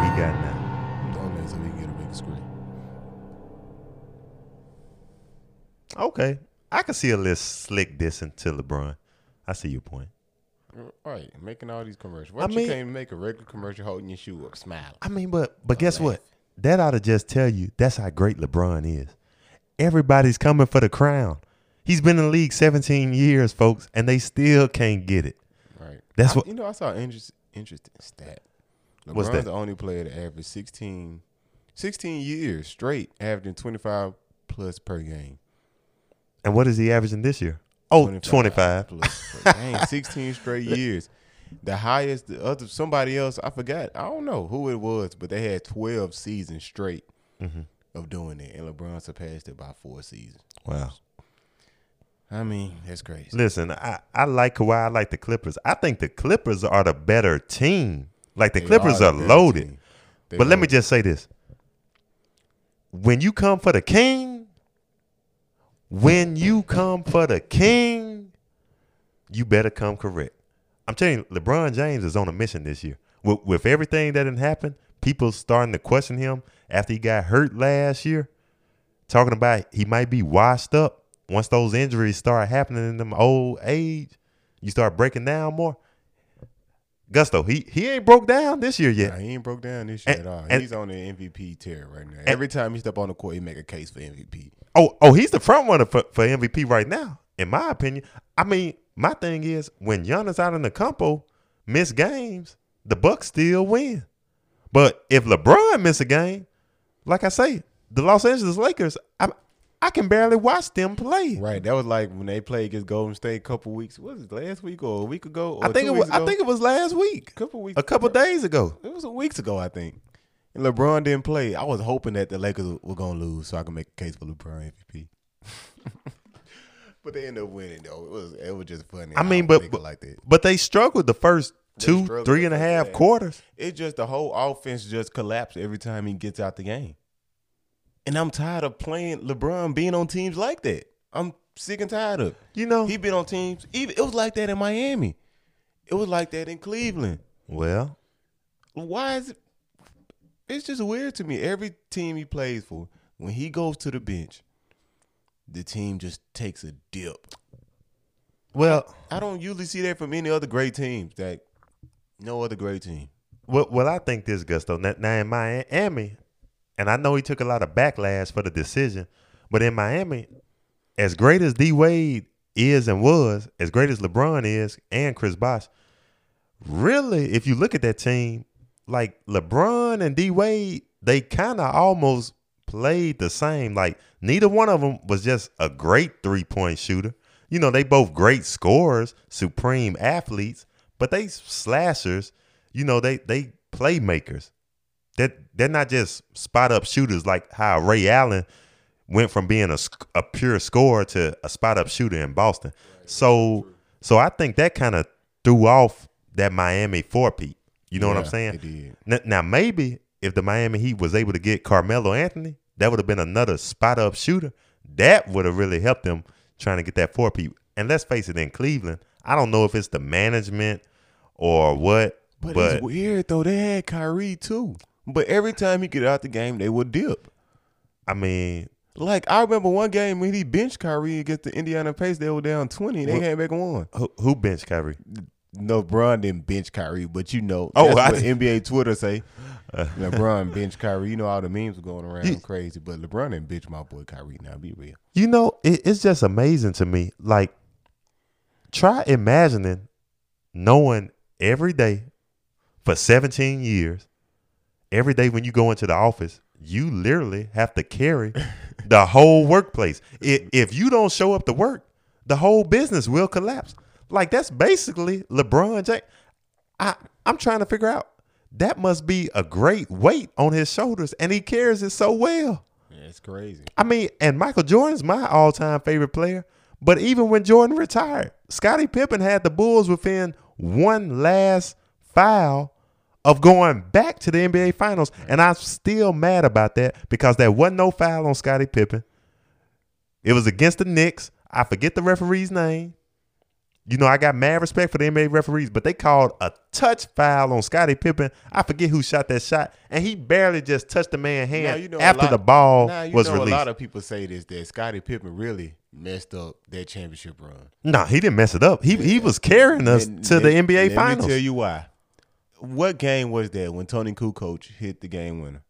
Speaker 2: We got now.
Speaker 1: Don't make so we can get a big screen.
Speaker 2: Okay. I can see a little slick dissing to LeBron. I see your point.
Speaker 1: Right, making all these commercials. Why
Speaker 2: I mean-
Speaker 1: you can't make a regular commercial holding your shoe up, smiling?
Speaker 2: I mean, but but guess
Speaker 1: laugh.
Speaker 2: what? That ought to just tell you that's how great LeBron is. Everybody's coming for the crown. He's been in the league 17 years, folks, and they still can't get it.
Speaker 1: Right.
Speaker 2: That's what-
Speaker 1: you know. I saw an interest, interesting stat. LeBron's
Speaker 2: What's that?
Speaker 1: the only player to average 16, 16 years straight, averaging twenty five plus per game.
Speaker 2: And what is he averaging this year? Oh, 25.
Speaker 1: 25 plus per game. Sixteen straight years. The highest, the other somebody else, I forgot. I don't know who it was, but they had twelve seasons straight
Speaker 2: Mm-hmm.
Speaker 1: of doing it, and LeBron surpassed it by four seasons.
Speaker 2: Wow.
Speaker 1: I mean, that's crazy.
Speaker 2: Listen, I, I like Kawhi. I like the Clippers. I think the Clippers are the better team. Like the
Speaker 1: They
Speaker 2: Clippers are,
Speaker 1: the best
Speaker 2: loaded.
Speaker 1: team. They
Speaker 2: But let me
Speaker 1: loaded.
Speaker 2: just say this. When you come for the king, when you come for the king, you better come correct. I'm telling you, LeBron James is on a mission this year. With, with everything that didn't happen, people starting to question him after he got hurt last year, talking about he might be washed up. Once those injuries start happening in them old age, you start breaking down more. Gusto, he he ain't broke down this year yet.
Speaker 1: Nah, he ain't broke down this year
Speaker 2: And-
Speaker 1: at all.
Speaker 2: and-
Speaker 1: He's on the MVP tear right now. Every time he step on the court, he make a case for MVP.
Speaker 2: Oh, oh, he's the front runner for, for MVP right now, in my opinion. I mean, my thing is when Giannis out in the compo miss games, the Bucks still win. But if LeBron miss a game, like I say, the Los Angeles Lakers, I I can barely watch them play.
Speaker 1: Right. That was like when they played against Golden State a couple weeks. Was it last week or a week ago? Or
Speaker 2: I think
Speaker 1: two
Speaker 2: it was
Speaker 1: weeks
Speaker 2: I
Speaker 1: ago?
Speaker 2: think it was last week,
Speaker 1: a couple weeks.
Speaker 2: a couple days ago.
Speaker 1: It was a weeks ago, I think. And LeBron didn't play. I was hoping that the Lakers were gonna lose so I could make a case for LeBron MVP. but they ended up winning though. It was it was just funny.
Speaker 2: I mean,
Speaker 1: how
Speaker 2: but-
Speaker 1: they could
Speaker 2: but-
Speaker 1: like that.
Speaker 2: But they struggled the first two,
Speaker 1: struggled
Speaker 2: three and a
Speaker 1: the first
Speaker 2: half
Speaker 1: half.
Speaker 2: quarters.
Speaker 1: It's just the whole offense just collapsed every time he gets out the game. And I'm tired of playing LeBron being on teams like that. I'm sick and tired of. it.
Speaker 2: You know,
Speaker 1: He been on teams. Even it was like that in Miami. It was like that in Cleveland.
Speaker 2: well,
Speaker 1: Why is it? It's just weird to me. Every team he plays for, when he goes to the bench, the team just takes a dip.
Speaker 2: well,
Speaker 1: I don't usually see that from any other great teams. That no other great team.
Speaker 2: Well, well, I think this, Gusto. Now, now in Miami, and I know he took a lot of backlash for the decision, but in Miami, as great as D Wade is and was, as great as LeBron is and Chris Bosh, really, if you look at that team, like LeBron and D Wade, they kind of almost played the same. Like neither one of them was just a great three point shooter. You know, they both great scorers, supreme athletes, but they slashers. You know, they they playmakers. That they're not just spot up shooters like how Ray Allen went from being a, sc- a pure scorer to a spot up shooter in Boston. So so I think that kind of threw off that Miami four peat. You know what I'm
Speaker 1: Yeah,
Speaker 2: saying?
Speaker 1: It did.
Speaker 2: Now, now maybe if the Miami Heat was able to get Carmelo Anthony, that would have been another spot up shooter. That would have really helped them trying to get that four peat. And let's face it, in Cleveland, I don't know if it's the management or what,
Speaker 1: But,
Speaker 2: but,
Speaker 1: it's weird though. They had Kyrie too. But every time he get out the game, they would dip.
Speaker 2: I mean,
Speaker 1: Like I remember one game when he benched Kyrie against the Indiana Pacers. They were down twenty. And they
Speaker 2: Well-
Speaker 1: came back and won.
Speaker 2: who, who benched Kyrie?
Speaker 1: LeBron didn't bench Kyrie, but you know,
Speaker 2: Oh,
Speaker 1: that's
Speaker 2: I
Speaker 1: what
Speaker 2: did-
Speaker 1: NBA Twitter say. LeBron bench Kyrie. You know all the memes were going around
Speaker 2: You-
Speaker 1: crazy, but LeBron didn't bench my boy Kyrie. Now be real.
Speaker 2: You know, it, it's just amazing to me. Like, try imagining knowing every day for 17 years, every day when you go into the office, you literally have to carry the whole workplace. If, if you don't show up to work, the whole business will collapse. Like, that's basically LeBron James. I, I'm trying to figure out. That must be a great weight on his shoulders, and he carries it so well.
Speaker 1: Yeah, it's crazy.
Speaker 2: I mean, and Michael Jordan's my all time favorite player. But even when Jordan retired, Scottie Pippen had the Bulls within one last foul of going back to the NBA Finals. And I'm still mad about that because there wasn't no foul on Scottie Pippen. It was against the Knicks. I forget the referee's name. You know, I got mad respect for the NBA referees, but they called a touch foul on Scottie Pippen. I forget who shot that shot, and he barely just touched the man's hand
Speaker 1: Now, you know a
Speaker 2: after
Speaker 1: lot-
Speaker 2: the ball
Speaker 1: Now you
Speaker 2: was
Speaker 1: know
Speaker 2: released.
Speaker 1: a lot of people say this that Scottie Pippen really messed up that championship run.
Speaker 2: Nah, he didn't mess it up. He he was carrying us
Speaker 1: And
Speaker 2: to
Speaker 1: let-
Speaker 2: the NBA
Speaker 1: Let
Speaker 2: finals.
Speaker 1: me tell you why. What game was that when Tony Kukoc hit the game winner?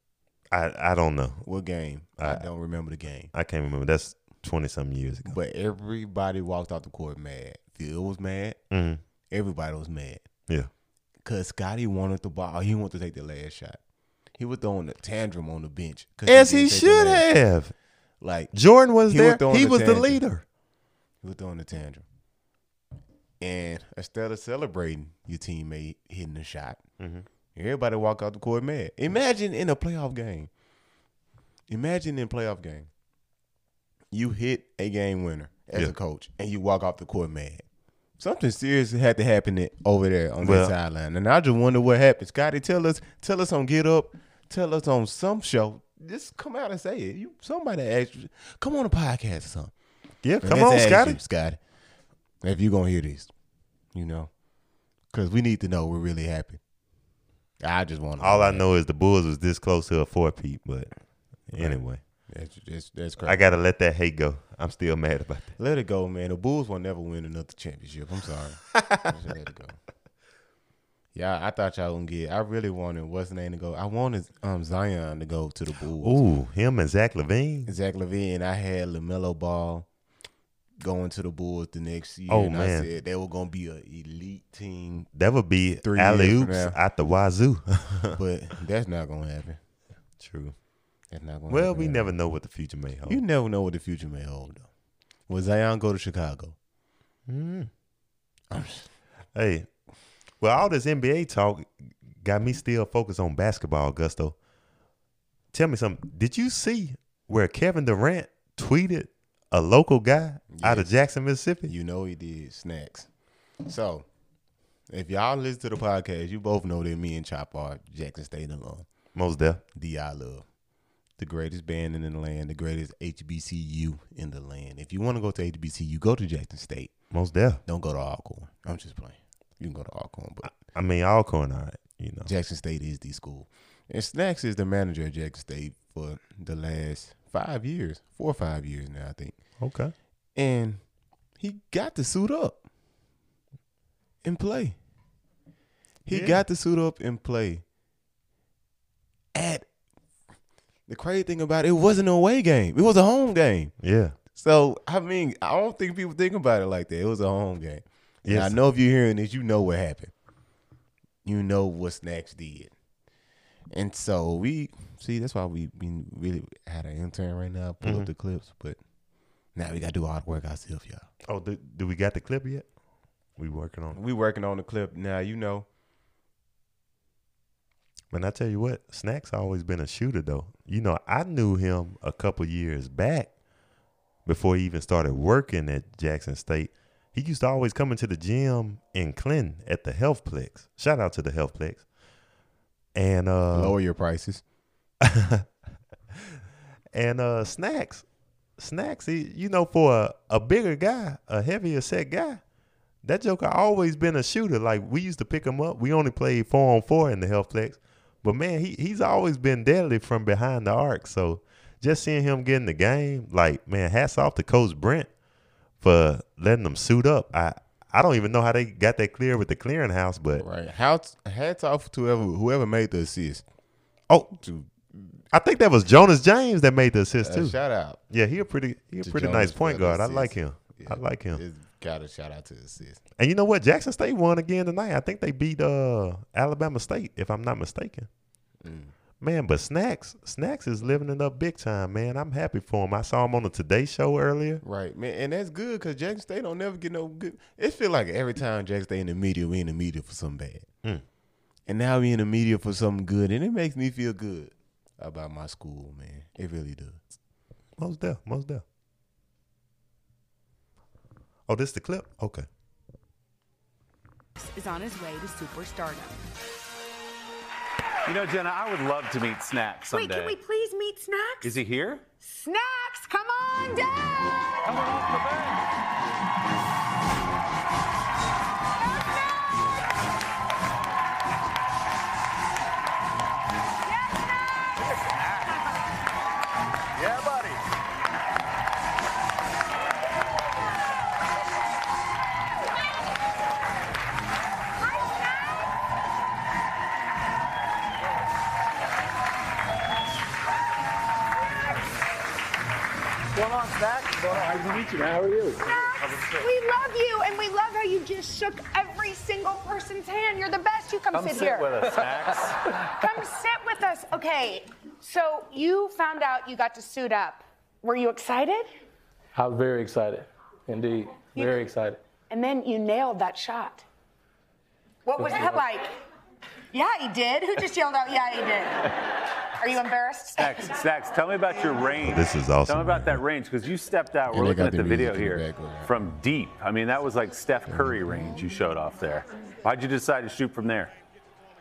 Speaker 2: I I don't know.
Speaker 1: What game? I don't remember the game.
Speaker 2: I can't remember. That's twenty something years ago.
Speaker 1: But everybody walked off the court mad. Phil was mad.
Speaker 2: Mhm.
Speaker 1: Everybody was mad.
Speaker 2: Yeah.
Speaker 1: Cause Scotty wanted the ball. He wanted to take the last shot. He was throwing a tantrum on the bench. 'cause
Speaker 2: As he
Speaker 1: didn't take the
Speaker 2: should
Speaker 1: last-
Speaker 2: have.
Speaker 1: Like
Speaker 2: Jordan was
Speaker 1: He was
Speaker 2: there.
Speaker 1: throwing
Speaker 2: he
Speaker 1: the
Speaker 2: was the
Speaker 1: tangent.
Speaker 2: leader.
Speaker 1: he was throwing a tantrum. And instead of celebrating your teammate hitting the shot,
Speaker 2: Mm-hmm.
Speaker 1: everybody walk out the court mad. Imagine in a playoff game. Imagine in a playoff game. You hit a game winner as
Speaker 2: Yeah.
Speaker 1: a coach and you walk off the court mad. Something serious had to happen it- over there on that
Speaker 2: Well-
Speaker 1: sideline. And I just wonder what happened. Scotty, tell us, tell us on Get Up, tell us on some show. Just come out and say it. You somebody asked you, come on a podcast or something.
Speaker 2: Yeah,
Speaker 1: And
Speaker 2: come
Speaker 1: let's
Speaker 2: on,
Speaker 1: ask
Speaker 2: Scotty.
Speaker 1: you, Scotty. If you gonna hear this, you know, because we need to know what really happened. I just want to.
Speaker 2: All I know is the Bulls was this close to a four peat, but anyway.
Speaker 1: That's that's, that's crazy.
Speaker 2: I gotta let that hate go. I'm still mad about that.
Speaker 1: Let it go, man. The Bulls will never win another championship. I'm sorry. Just let it go. Yeah, I thought y'all wouldn't get. I really wanted what's his name to go. I wanted um Zion to go to the Bulls.
Speaker 2: Ooh, him and Zach Levine.
Speaker 1: Zach Levine. I had Lamelo Ball going to the Bulls the next year.
Speaker 2: Oh,
Speaker 1: and
Speaker 2: man.
Speaker 1: I said they were gonna be an elite team,
Speaker 2: That would be
Speaker 1: Three years
Speaker 2: alley
Speaker 1: from
Speaker 2: oops
Speaker 1: now.
Speaker 2: out the wazoo.
Speaker 1: but that's not gonna happen.
Speaker 2: True.
Speaker 1: That's not gonna.
Speaker 2: Well,
Speaker 1: happen
Speaker 2: we
Speaker 1: at all.
Speaker 2: never know what the future may hold.
Speaker 1: You never know what the future may hold. Though. Will Zion go to Chicago?
Speaker 2: Hey, well, all this NBA talk got me still focused on basketball, Gusto. Tell me something. Did you see where Kevin Durant tweeted a local guy out of Jackson, Mississippi?
Speaker 1: You know he did snacks. So, if y'all listen to the podcast, you both know that me and Chop are Jackson State alum.
Speaker 2: Most deaf.
Speaker 1: D.I. Love, the greatest band in the land, the greatest HBCU in the land. If you want to go to HBCU, go to Jackson State.
Speaker 2: Most deaf.
Speaker 1: Don't go to Alcorn. I'm just playing. You can go to Alcorn, but
Speaker 2: I mean, all corn, all right. You know.
Speaker 1: Jackson State is the school. And Snacks is the manager at Jackson State for the last five years, four or five years now, I think.
Speaker 2: Okay.
Speaker 1: and he got to suit up and play. He
Speaker 2: Yeah.
Speaker 1: got to suit up and play. At the crazy thing about it, it wasn't an away game; it was a home game.
Speaker 2: Yeah.
Speaker 1: So I mean, I don't think people think about it like that. It was a home game. And
Speaker 2: Yes.
Speaker 1: I know if you're hearing this, you know what happened. You know what Snacks did. And so we see that's why we we really had an intern right now pull up the clips, but now we gotta do all the work ourselves, y'all.
Speaker 2: Oh, do, do we got the clip yet? We working on it.
Speaker 1: We working on the clip now, you know.
Speaker 2: Man, I tell you what, Snacks always been a shooter though. You know, I knew him a couple years back before he even started working at Jackson State. He used to always come into the gym in Clinton at the Healthplex. Shout out to the Healthplex. And uh
Speaker 1: Lower your prices.
Speaker 2: and uh Snacks. Snacks, he, you know, for a, a bigger guy, a heavier set guy, that joker always been a shooter. Like we used to pick him up. We only played four on four in the health flex. But man, he he's always been deadly from behind the arc. So just seeing him get in the game, like, man, hats off to Coach Brent for letting them suit up. I I don't even know how they got that clear with the clearinghouse, but
Speaker 1: Right. How hats off to whoever whoever made the assist.
Speaker 2: oh,
Speaker 1: To
Speaker 2: I think that was Jonas James that made the assist
Speaker 1: uh,
Speaker 2: too.
Speaker 1: shout out.
Speaker 2: Yeah, he a pretty he a
Speaker 1: to
Speaker 2: pretty
Speaker 1: Jonas
Speaker 2: nice point
Speaker 1: for the
Speaker 2: guard. I
Speaker 1: assist.
Speaker 2: like him. I like him.
Speaker 1: It's got a shout out to the assist.
Speaker 2: And you know what? Jackson State won again tonight. I think they beat uh Alabama State, if I'm not mistaken. Man, but Snacks, Snacks is living it up big time, man. I'm happy for him. I saw him on the Today Show earlier.
Speaker 1: Right, man, and that's good because Jackson State don't never get no good. It feel like every time Jackson State in the media, we in the media for something bad,
Speaker 2: Mm.
Speaker 1: and now we in the media for something good, and it makes me feel good about my school, man. It really does.
Speaker 2: Most deaf, most deaf. Oh, this the clip? Okay.
Speaker 3: is on his way to superstardom.
Speaker 4: You know, Jenna, I would love to meet Snacks someday.
Speaker 5: Wait, can we please meet Snacks?
Speaker 4: Is he here?
Speaker 5: Snacks, come on down!
Speaker 4: Come on off the bench. Yeah, buddy. Going on, Snacks? Going on.
Speaker 5: Snacks, we love you, and we love how you just shook every single person's hand. You're the best. You come,
Speaker 4: Come
Speaker 5: sit,
Speaker 4: sit
Speaker 5: here.
Speaker 4: with us, Snacks.
Speaker 5: Come sit with us. Okay, so you found out you got to suit up. Were you excited?
Speaker 6: I was very excited, indeed. Very excited.
Speaker 5: And then you nailed that shot. What was that like? Yeah, he did. Who just yelled out, yeah, he did? Are you embarrassed?
Speaker 4: Snacks, Snacks, tell me about your range.
Speaker 2: This is awesome,
Speaker 4: Tell me about
Speaker 2: man.
Speaker 4: that range because you stepped out. We're
Speaker 1: they
Speaker 4: looking
Speaker 1: got
Speaker 4: at
Speaker 1: the
Speaker 4: the video
Speaker 1: music in the
Speaker 4: here
Speaker 1: background.
Speaker 4: from deep. I mean, that was like Steph Curry range you showed off there. Why'd you decide to shoot from there?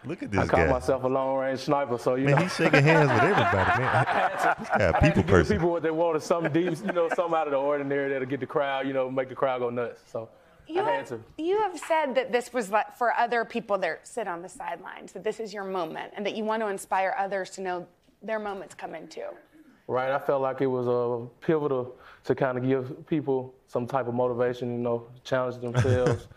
Speaker 2: Look at
Speaker 6: I
Speaker 2: this
Speaker 6: call
Speaker 2: guy.
Speaker 6: myself a long range sniper, so you
Speaker 2: Man,
Speaker 6: know.
Speaker 2: he's shaking hands with everybody, man. This guy a people
Speaker 6: Give the
Speaker 2: person.
Speaker 6: people what they wanted, something deep, you know, something out of the ordinary that'll get the crowd, you know, make the crowd go nuts. So
Speaker 5: You
Speaker 6: I
Speaker 5: have,
Speaker 6: had to.
Speaker 5: you have said that this was like for other people that sit on the sidelines, that this is your moment, and that you want to inspire others to know their moment's coming too.
Speaker 6: right? I felt like it was a pivotal to kind of give people some type of motivation, you know, challenge themselves.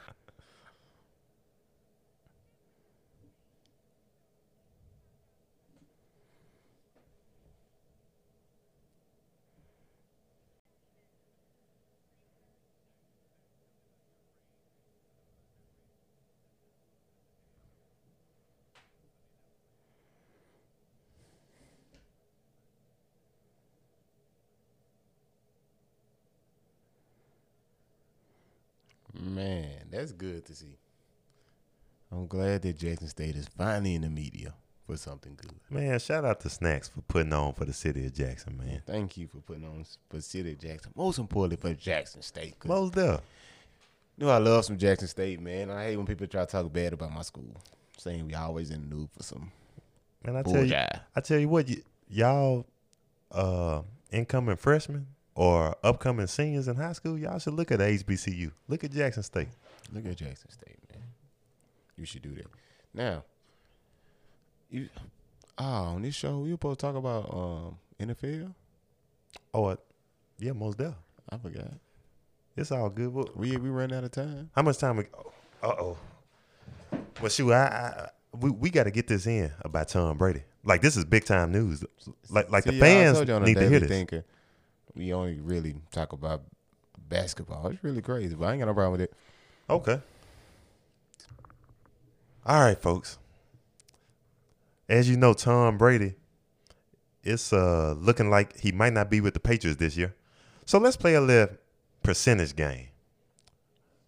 Speaker 1: Man, that's good to see. I'm glad that Jackson State is finally in the media for something good.
Speaker 2: Man, shout out to Snacks for putting on for the city of Jackson, man.
Speaker 1: Thank you for putting on s- for City of Jackson. Most importantly for Jackson State. 'cause
Speaker 2: Most up.
Speaker 1: You know, I love some Jackson State, man. I hate when people try to talk bad about my school, saying we always in the mood for some.
Speaker 2: Man, I
Speaker 1: Bull
Speaker 2: tell you,
Speaker 1: jive.
Speaker 2: I tell you what, y- y'all uh, incoming freshmen or upcoming seniors in high school, y'all should look at HBCU. Look at Jackson State.
Speaker 1: Look at Jackson State, man. You should do that. Now, you ah on this show we were supposed to talk about um NFL.
Speaker 2: Or Oh, uh, yeah, most there.
Speaker 1: I forgot.
Speaker 2: It's all good. What-
Speaker 1: We we ran out of time.
Speaker 2: How much time? Uh oh. Well, shoot, I, I we we got to get this in about Tom Brady. Like this is big time news. Like like
Speaker 1: See,
Speaker 2: the
Speaker 1: y'all, I
Speaker 2: fans
Speaker 1: told you on the
Speaker 2: need to
Speaker 1: Daily
Speaker 2: hear this.
Speaker 1: Thinker, we only really talk about basketball. It's really crazy, but I ain't got no problem with it.
Speaker 2: Okay. All right, folks. As you know, Tom Brady, it's uh, looking like he might not be with the Patriots this year. So let's play a little percentage game.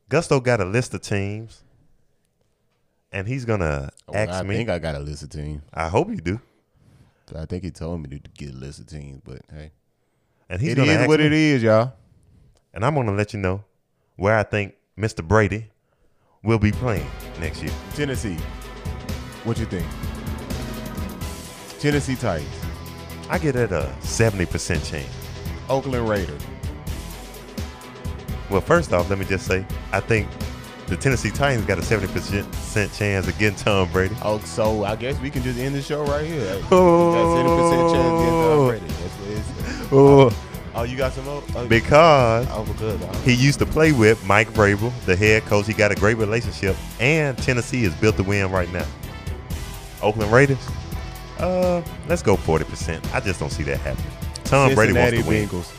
Speaker 2: Gusto got a list of teams, and he's gonna ask
Speaker 1: Oh, I
Speaker 2: me.
Speaker 1: think I got a list of teams.
Speaker 2: I hope you do.
Speaker 1: I think he told me to get a list of teams, but hey,
Speaker 2: And he's
Speaker 1: it
Speaker 2: gonna
Speaker 1: is
Speaker 2: ask
Speaker 1: what
Speaker 2: me,
Speaker 1: it is, y'all.
Speaker 2: And I'm gonna let you know where I think Mr. Brady will be playing next year.
Speaker 1: Tennessee, what you think? Tennessee Titans,
Speaker 2: I get at a 70% chance.
Speaker 1: Oakland Raiders.
Speaker 2: Well, first off, let me just say, I think the Tennessee Titans got a 70% chance of getting Tom Brady.
Speaker 1: Oh, so I guess we can just end the show right here. That's
Speaker 2: Oh.
Speaker 1: 80% chance against Tom Brady. That's what it is. Oh, you got some more? Oh,
Speaker 2: Because
Speaker 1: oh, good. Oh.
Speaker 2: he used to play with Mike Vrabel, the head coach. He got a great relationship, and Tennessee is built to win right now. Oakland Raiders, uh, let's go 40%. I just don't see that happening. Tom Brady wants
Speaker 1: Cincinnati
Speaker 2: to win.
Speaker 1: Bengals.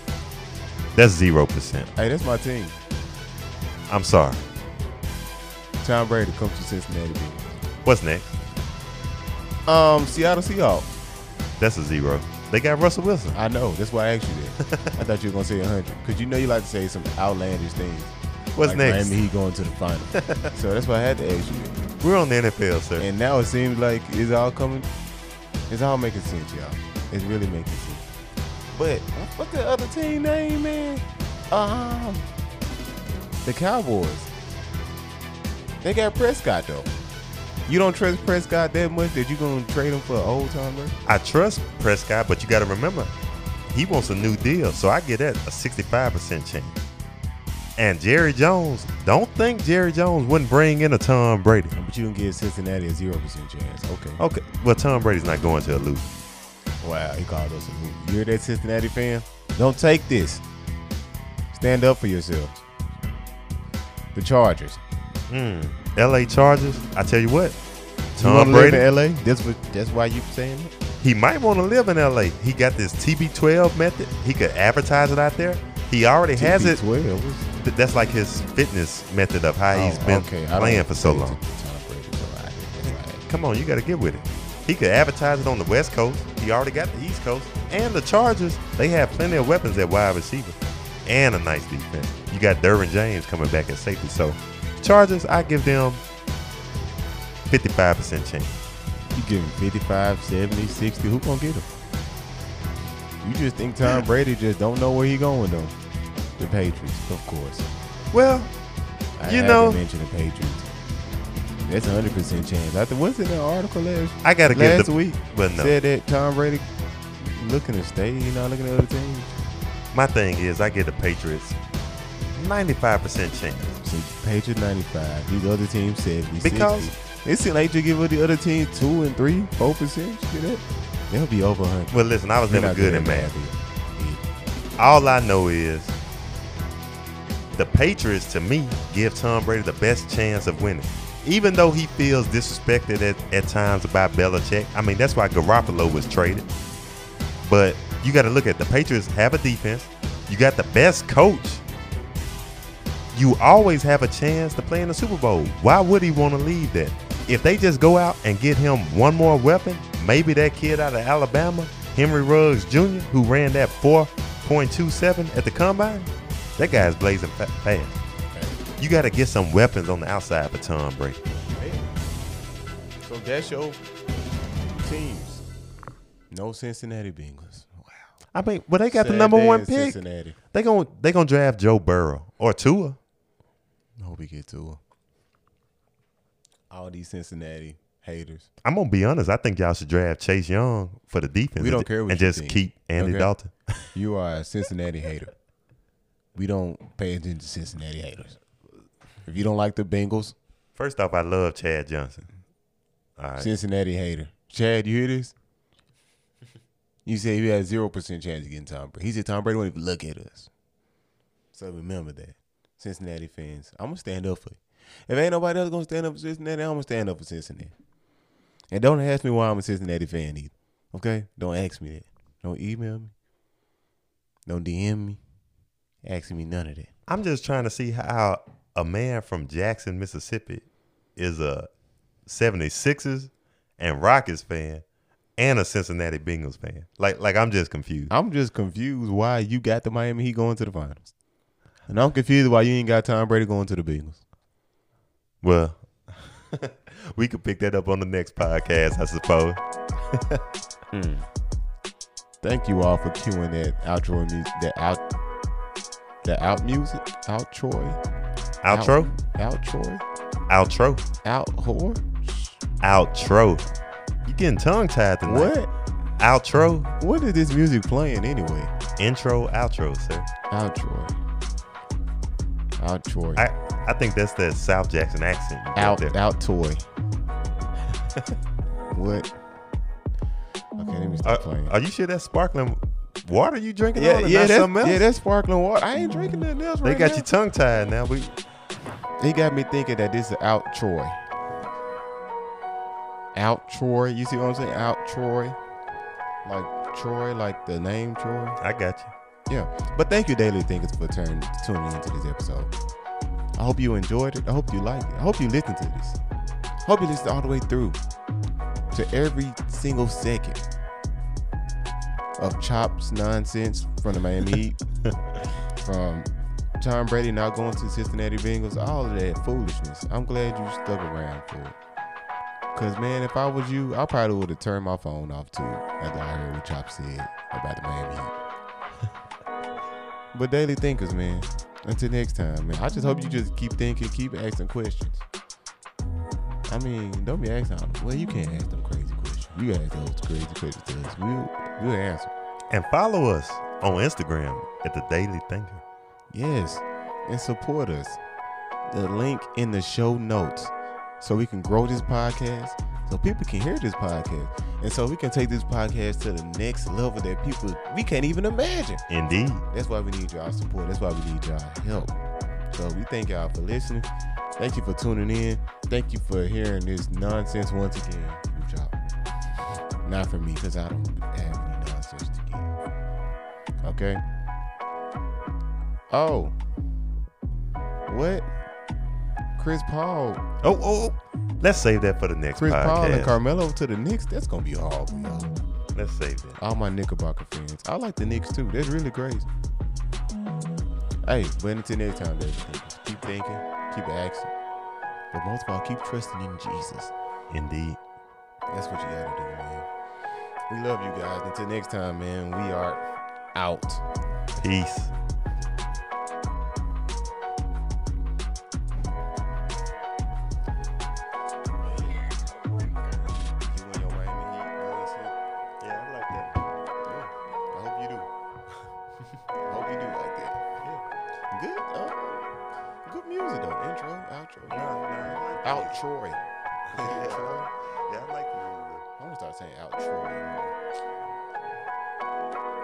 Speaker 2: That's 0%.
Speaker 1: Hey, that's my team.
Speaker 2: I'm sorry.
Speaker 1: Tom Brady comes to Cincinnati Bengals.
Speaker 2: What's next?
Speaker 1: Um, Seattle Seahawks.
Speaker 2: That's a zero. They got Russell Wilson.
Speaker 1: I know. That's why I asked you that. I thought you were gonna say hundred because you know you like to say some outlandish things.
Speaker 2: What's
Speaker 1: like
Speaker 2: next?
Speaker 1: Miami Heat going to the final. so that's why I had to ask you. that.
Speaker 2: We're on the NFL, sir.
Speaker 1: And now it seems like it's all coming. It's all making sense, y'all. It's really making sense. But what's the other team name, man? Um, the Cowboys. They got Prescott though. You don't trust Prescott that much that you gonna trade him for an old timer?
Speaker 2: I trust Prescott, but you got to remember, he wants a new deal. So I get that a 65% chance. And Jerry Jones, don't think Jerry Jones wouldn't bring in a Tom Brady.
Speaker 1: But you can give Cincinnati a zero percent chance. Okay.
Speaker 2: Okay, well, Tom Brady's not going to a loser.
Speaker 1: Wow, he called us a movie. You're that Cincinnati fan? Don't take this. Stand up for yourselves. The Chargers.
Speaker 2: LA Chargers, I tell you what,
Speaker 1: you
Speaker 2: Tom
Speaker 1: wanna
Speaker 2: Brady,
Speaker 1: live in LA? That's what that's why you saying it?
Speaker 2: he might want to live in LA. He got this TB12 method. He could advertise it out there. He already has it.
Speaker 1: Twelve.
Speaker 2: Th- That's like his fitness method of
Speaker 1: Oh,
Speaker 2: how he's been playing for so long. Come on, you got to get with it. He could advertise it on the West Coast. He already got the East Coast. And the Chargers, they have plenty of weapons at wide receiver and a nice defense. You got Derwin James coming back at safety. So, Chargers, I give them 55% chance.
Speaker 1: You give him 55, 70, 60. Who gonna get him? You just think Tom Brady just don't know where he going though. The Patriots, of course.
Speaker 2: Well,
Speaker 1: I
Speaker 2: You
Speaker 1: had
Speaker 2: know-
Speaker 1: to mention the Patriots. That's a hundred percent chance. I think what's in that article last?
Speaker 2: I gotta give
Speaker 1: last
Speaker 2: the-
Speaker 1: week.
Speaker 2: well, no.
Speaker 1: Said that Tom Brady looking to stay. You know, looking at other teams.
Speaker 2: my thing is, I give the Patriots 95% chance.
Speaker 1: So Patriots ninety five. These other teams seventy.
Speaker 2: Because-
Speaker 1: 60. it seems like you give the other team two and three, four percent. You get that? They'll be over hundred.
Speaker 2: Well, listen, I was never good
Speaker 1: in
Speaker 2: at math. All I know is the Patriots, to me, give Tom Brady the best chance of winning. Even though he feels disrespected at, at times by Belichick, I mean, that's why Garoppolo was traded. But you got to look at the Patriots have a defense. You got the best coach. You always have a chance to play in the Super Bowl. Why would he want to leave that? If they just go out and get him one more weapon, maybe that kid out of Alabama, Henry Ruggs Jr., who ran that 4.27 at the combine, that guy's blazing fa- fast. You got to get some weapons on the outside for Tom Brady.
Speaker 1: So that's your teams. No Cincinnati Bengals. Wow.
Speaker 2: I mean, well, they got
Speaker 1: Sad
Speaker 2: the number
Speaker 1: day
Speaker 2: one
Speaker 1: in
Speaker 2: pick.
Speaker 1: Cincinnati.
Speaker 2: They going they gonna draft Joe Burrow or Tua.
Speaker 1: I hope he get to her. All these Cincinnati haters.
Speaker 2: I'm gonna be honest. I think y'all should draft Chase Young for the defense.
Speaker 1: We don't
Speaker 2: and,
Speaker 1: care what
Speaker 2: and
Speaker 1: you
Speaker 2: just
Speaker 1: think.
Speaker 2: keep Andy
Speaker 1: Okay.
Speaker 2: Dalton.
Speaker 1: You are a Cincinnati hater. We don't pay attention to Cincinnati haters. If you don't like the Bengals,
Speaker 2: First off, I love Chad Johnson. All right.
Speaker 1: Cincinnati hater. Chad, you hear this? You say you had zero percent chance of getting Tom Brady. He said Tom Brady won't even look at us. So remember that. Cincinnati fans, I'm gonna stand up for you. If ain't nobody else gonna stand up for Cincinnati, I'm gonna stand up for Cincinnati. And don't ask me why I'm a Cincinnati fan either. Okay? Don't ask me that. Don't email me. Don't DM me. Ask me none of that.
Speaker 2: I'm just trying to see how a man from Jackson, Mississippi, is a 76ers and Rockets fan and a Cincinnati Bengals fan. Like, like I'm just confused.
Speaker 1: I'm just confused why you got the Miami Heat going to the finals. And I'm confused why you ain't got Tom Brady going to the Bengals.
Speaker 2: Well, we could pick that up on the next podcast, I suppose.
Speaker 1: Thank you all for cueing that outro music, that out, that out music, outro,
Speaker 2: Outro,
Speaker 1: out, outro,
Speaker 2: outro,
Speaker 1: out whore.
Speaker 2: outro. You getting tongue tied tonight?
Speaker 1: What?
Speaker 2: Outro,
Speaker 1: What is this music playing anyway?
Speaker 2: intro, outro, sir.
Speaker 1: Outro, outro,
Speaker 2: I I think that's that South Jackson accent. You got
Speaker 1: out,
Speaker 2: there.
Speaker 1: out toy. what? Okay, let me stop
Speaker 2: Are,
Speaker 1: playing.
Speaker 2: Uh, are you sure that's sparkling water you drinking?
Speaker 1: yeah,
Speaker 2: on and
Speaker 1: yeah,
Speaker 2: not
Speaker 1: that's,
Speaker 2: something else?
Speaker 1: yeah, that's sparkling water. I ain't drinking nothing else.
Speaker 2: They
Speaker 1: right
Speaker 2: got
Speaker 1: now.
Speaker 2: you tongue tied now. We
Speaker 1: He got me thinking that this is out Troy. Out Troy. You see what I'm saying? Out Troy. Like Troy, like the name Troy.
Speaker 2: I got you.
Speaker 1: Yeah. But thank you, Daily Thinkers, for turning tuning into this episode. I hope you enjoyed it. I hope you liked it. I hope you listened to this. I hope you listened all the way through to every single second of Chop's nonsense from the Miami Heat, from Tom Brady not going to Cincinnati Bengals, all of that foolishness. I'm glad you stuck around for it. Cause man, if I was you, I probably would have turned my phone off too after I heard what Chop said about the Miami Heat. But daily thinkers, man. Until next time, man. I just hope you just keep thinking, keep asking questions. I mean, don't be asking. all- Well, you can't ask them crazy questions. You ask those crazy questions to us. We'll we'll answer.
Speaker 2: And follow us on Instagram at the Daily Thinker.
Speaker 1: Yes, and support us. The link in the show notes, so we can grow this podcast, so people can hear this podcast, and so we can take this podcast to the next level that people we can't even imagine.
Speaker 2: Indeed.
Speaker 1: That's why we need y'all support. That's why we need y'all help. So we thank y'all for listening. Thank you for tuning in. Thank you for hearing this nonsense once again from y'all. Not from me, because I don't have any nonsense to give. Okay? Oh. What? Chris Paul.
Speaker 2: Oh, oh, oh. let's save that for the next
Speaker 1: Chris
Speaker 2: podcast.
Speaker 1: Paul and Carmelo to the Knicks. That's gonna be hard for y'all.
Speaker 2: let's save that.
Speaker 1: all my Knickerbocker fans. I like the Knicks too. That's really crazy. Hey, but until next time, baby, thinkers, keep thinking, keep asking, but most of all, keep trusting in Jesus.
Speaker 2: Indeed.
Speaker 1: That's what you gotta do, man. We love you guys. Until next time, man, we are out.
Speaker 2: Peace.
Speaker 1: You and your Miami Heat, all that shit. Yeah, I like that. Yeah, I hope you do. I hope you do like that. Yeah. Good, uh, good music though. Intro, outro. Out Troy. Out Troy.
Speaker 2: Yeah, I like
Speaker 1: I'm gonna start saying out Troy.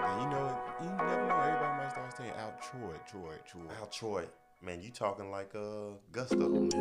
Speaker 1: Now, you know, you never know. Everybody might Out Troy, Troy, Troy.
Speaker 2: Al Troy, man, you talking like uh Gusto. man.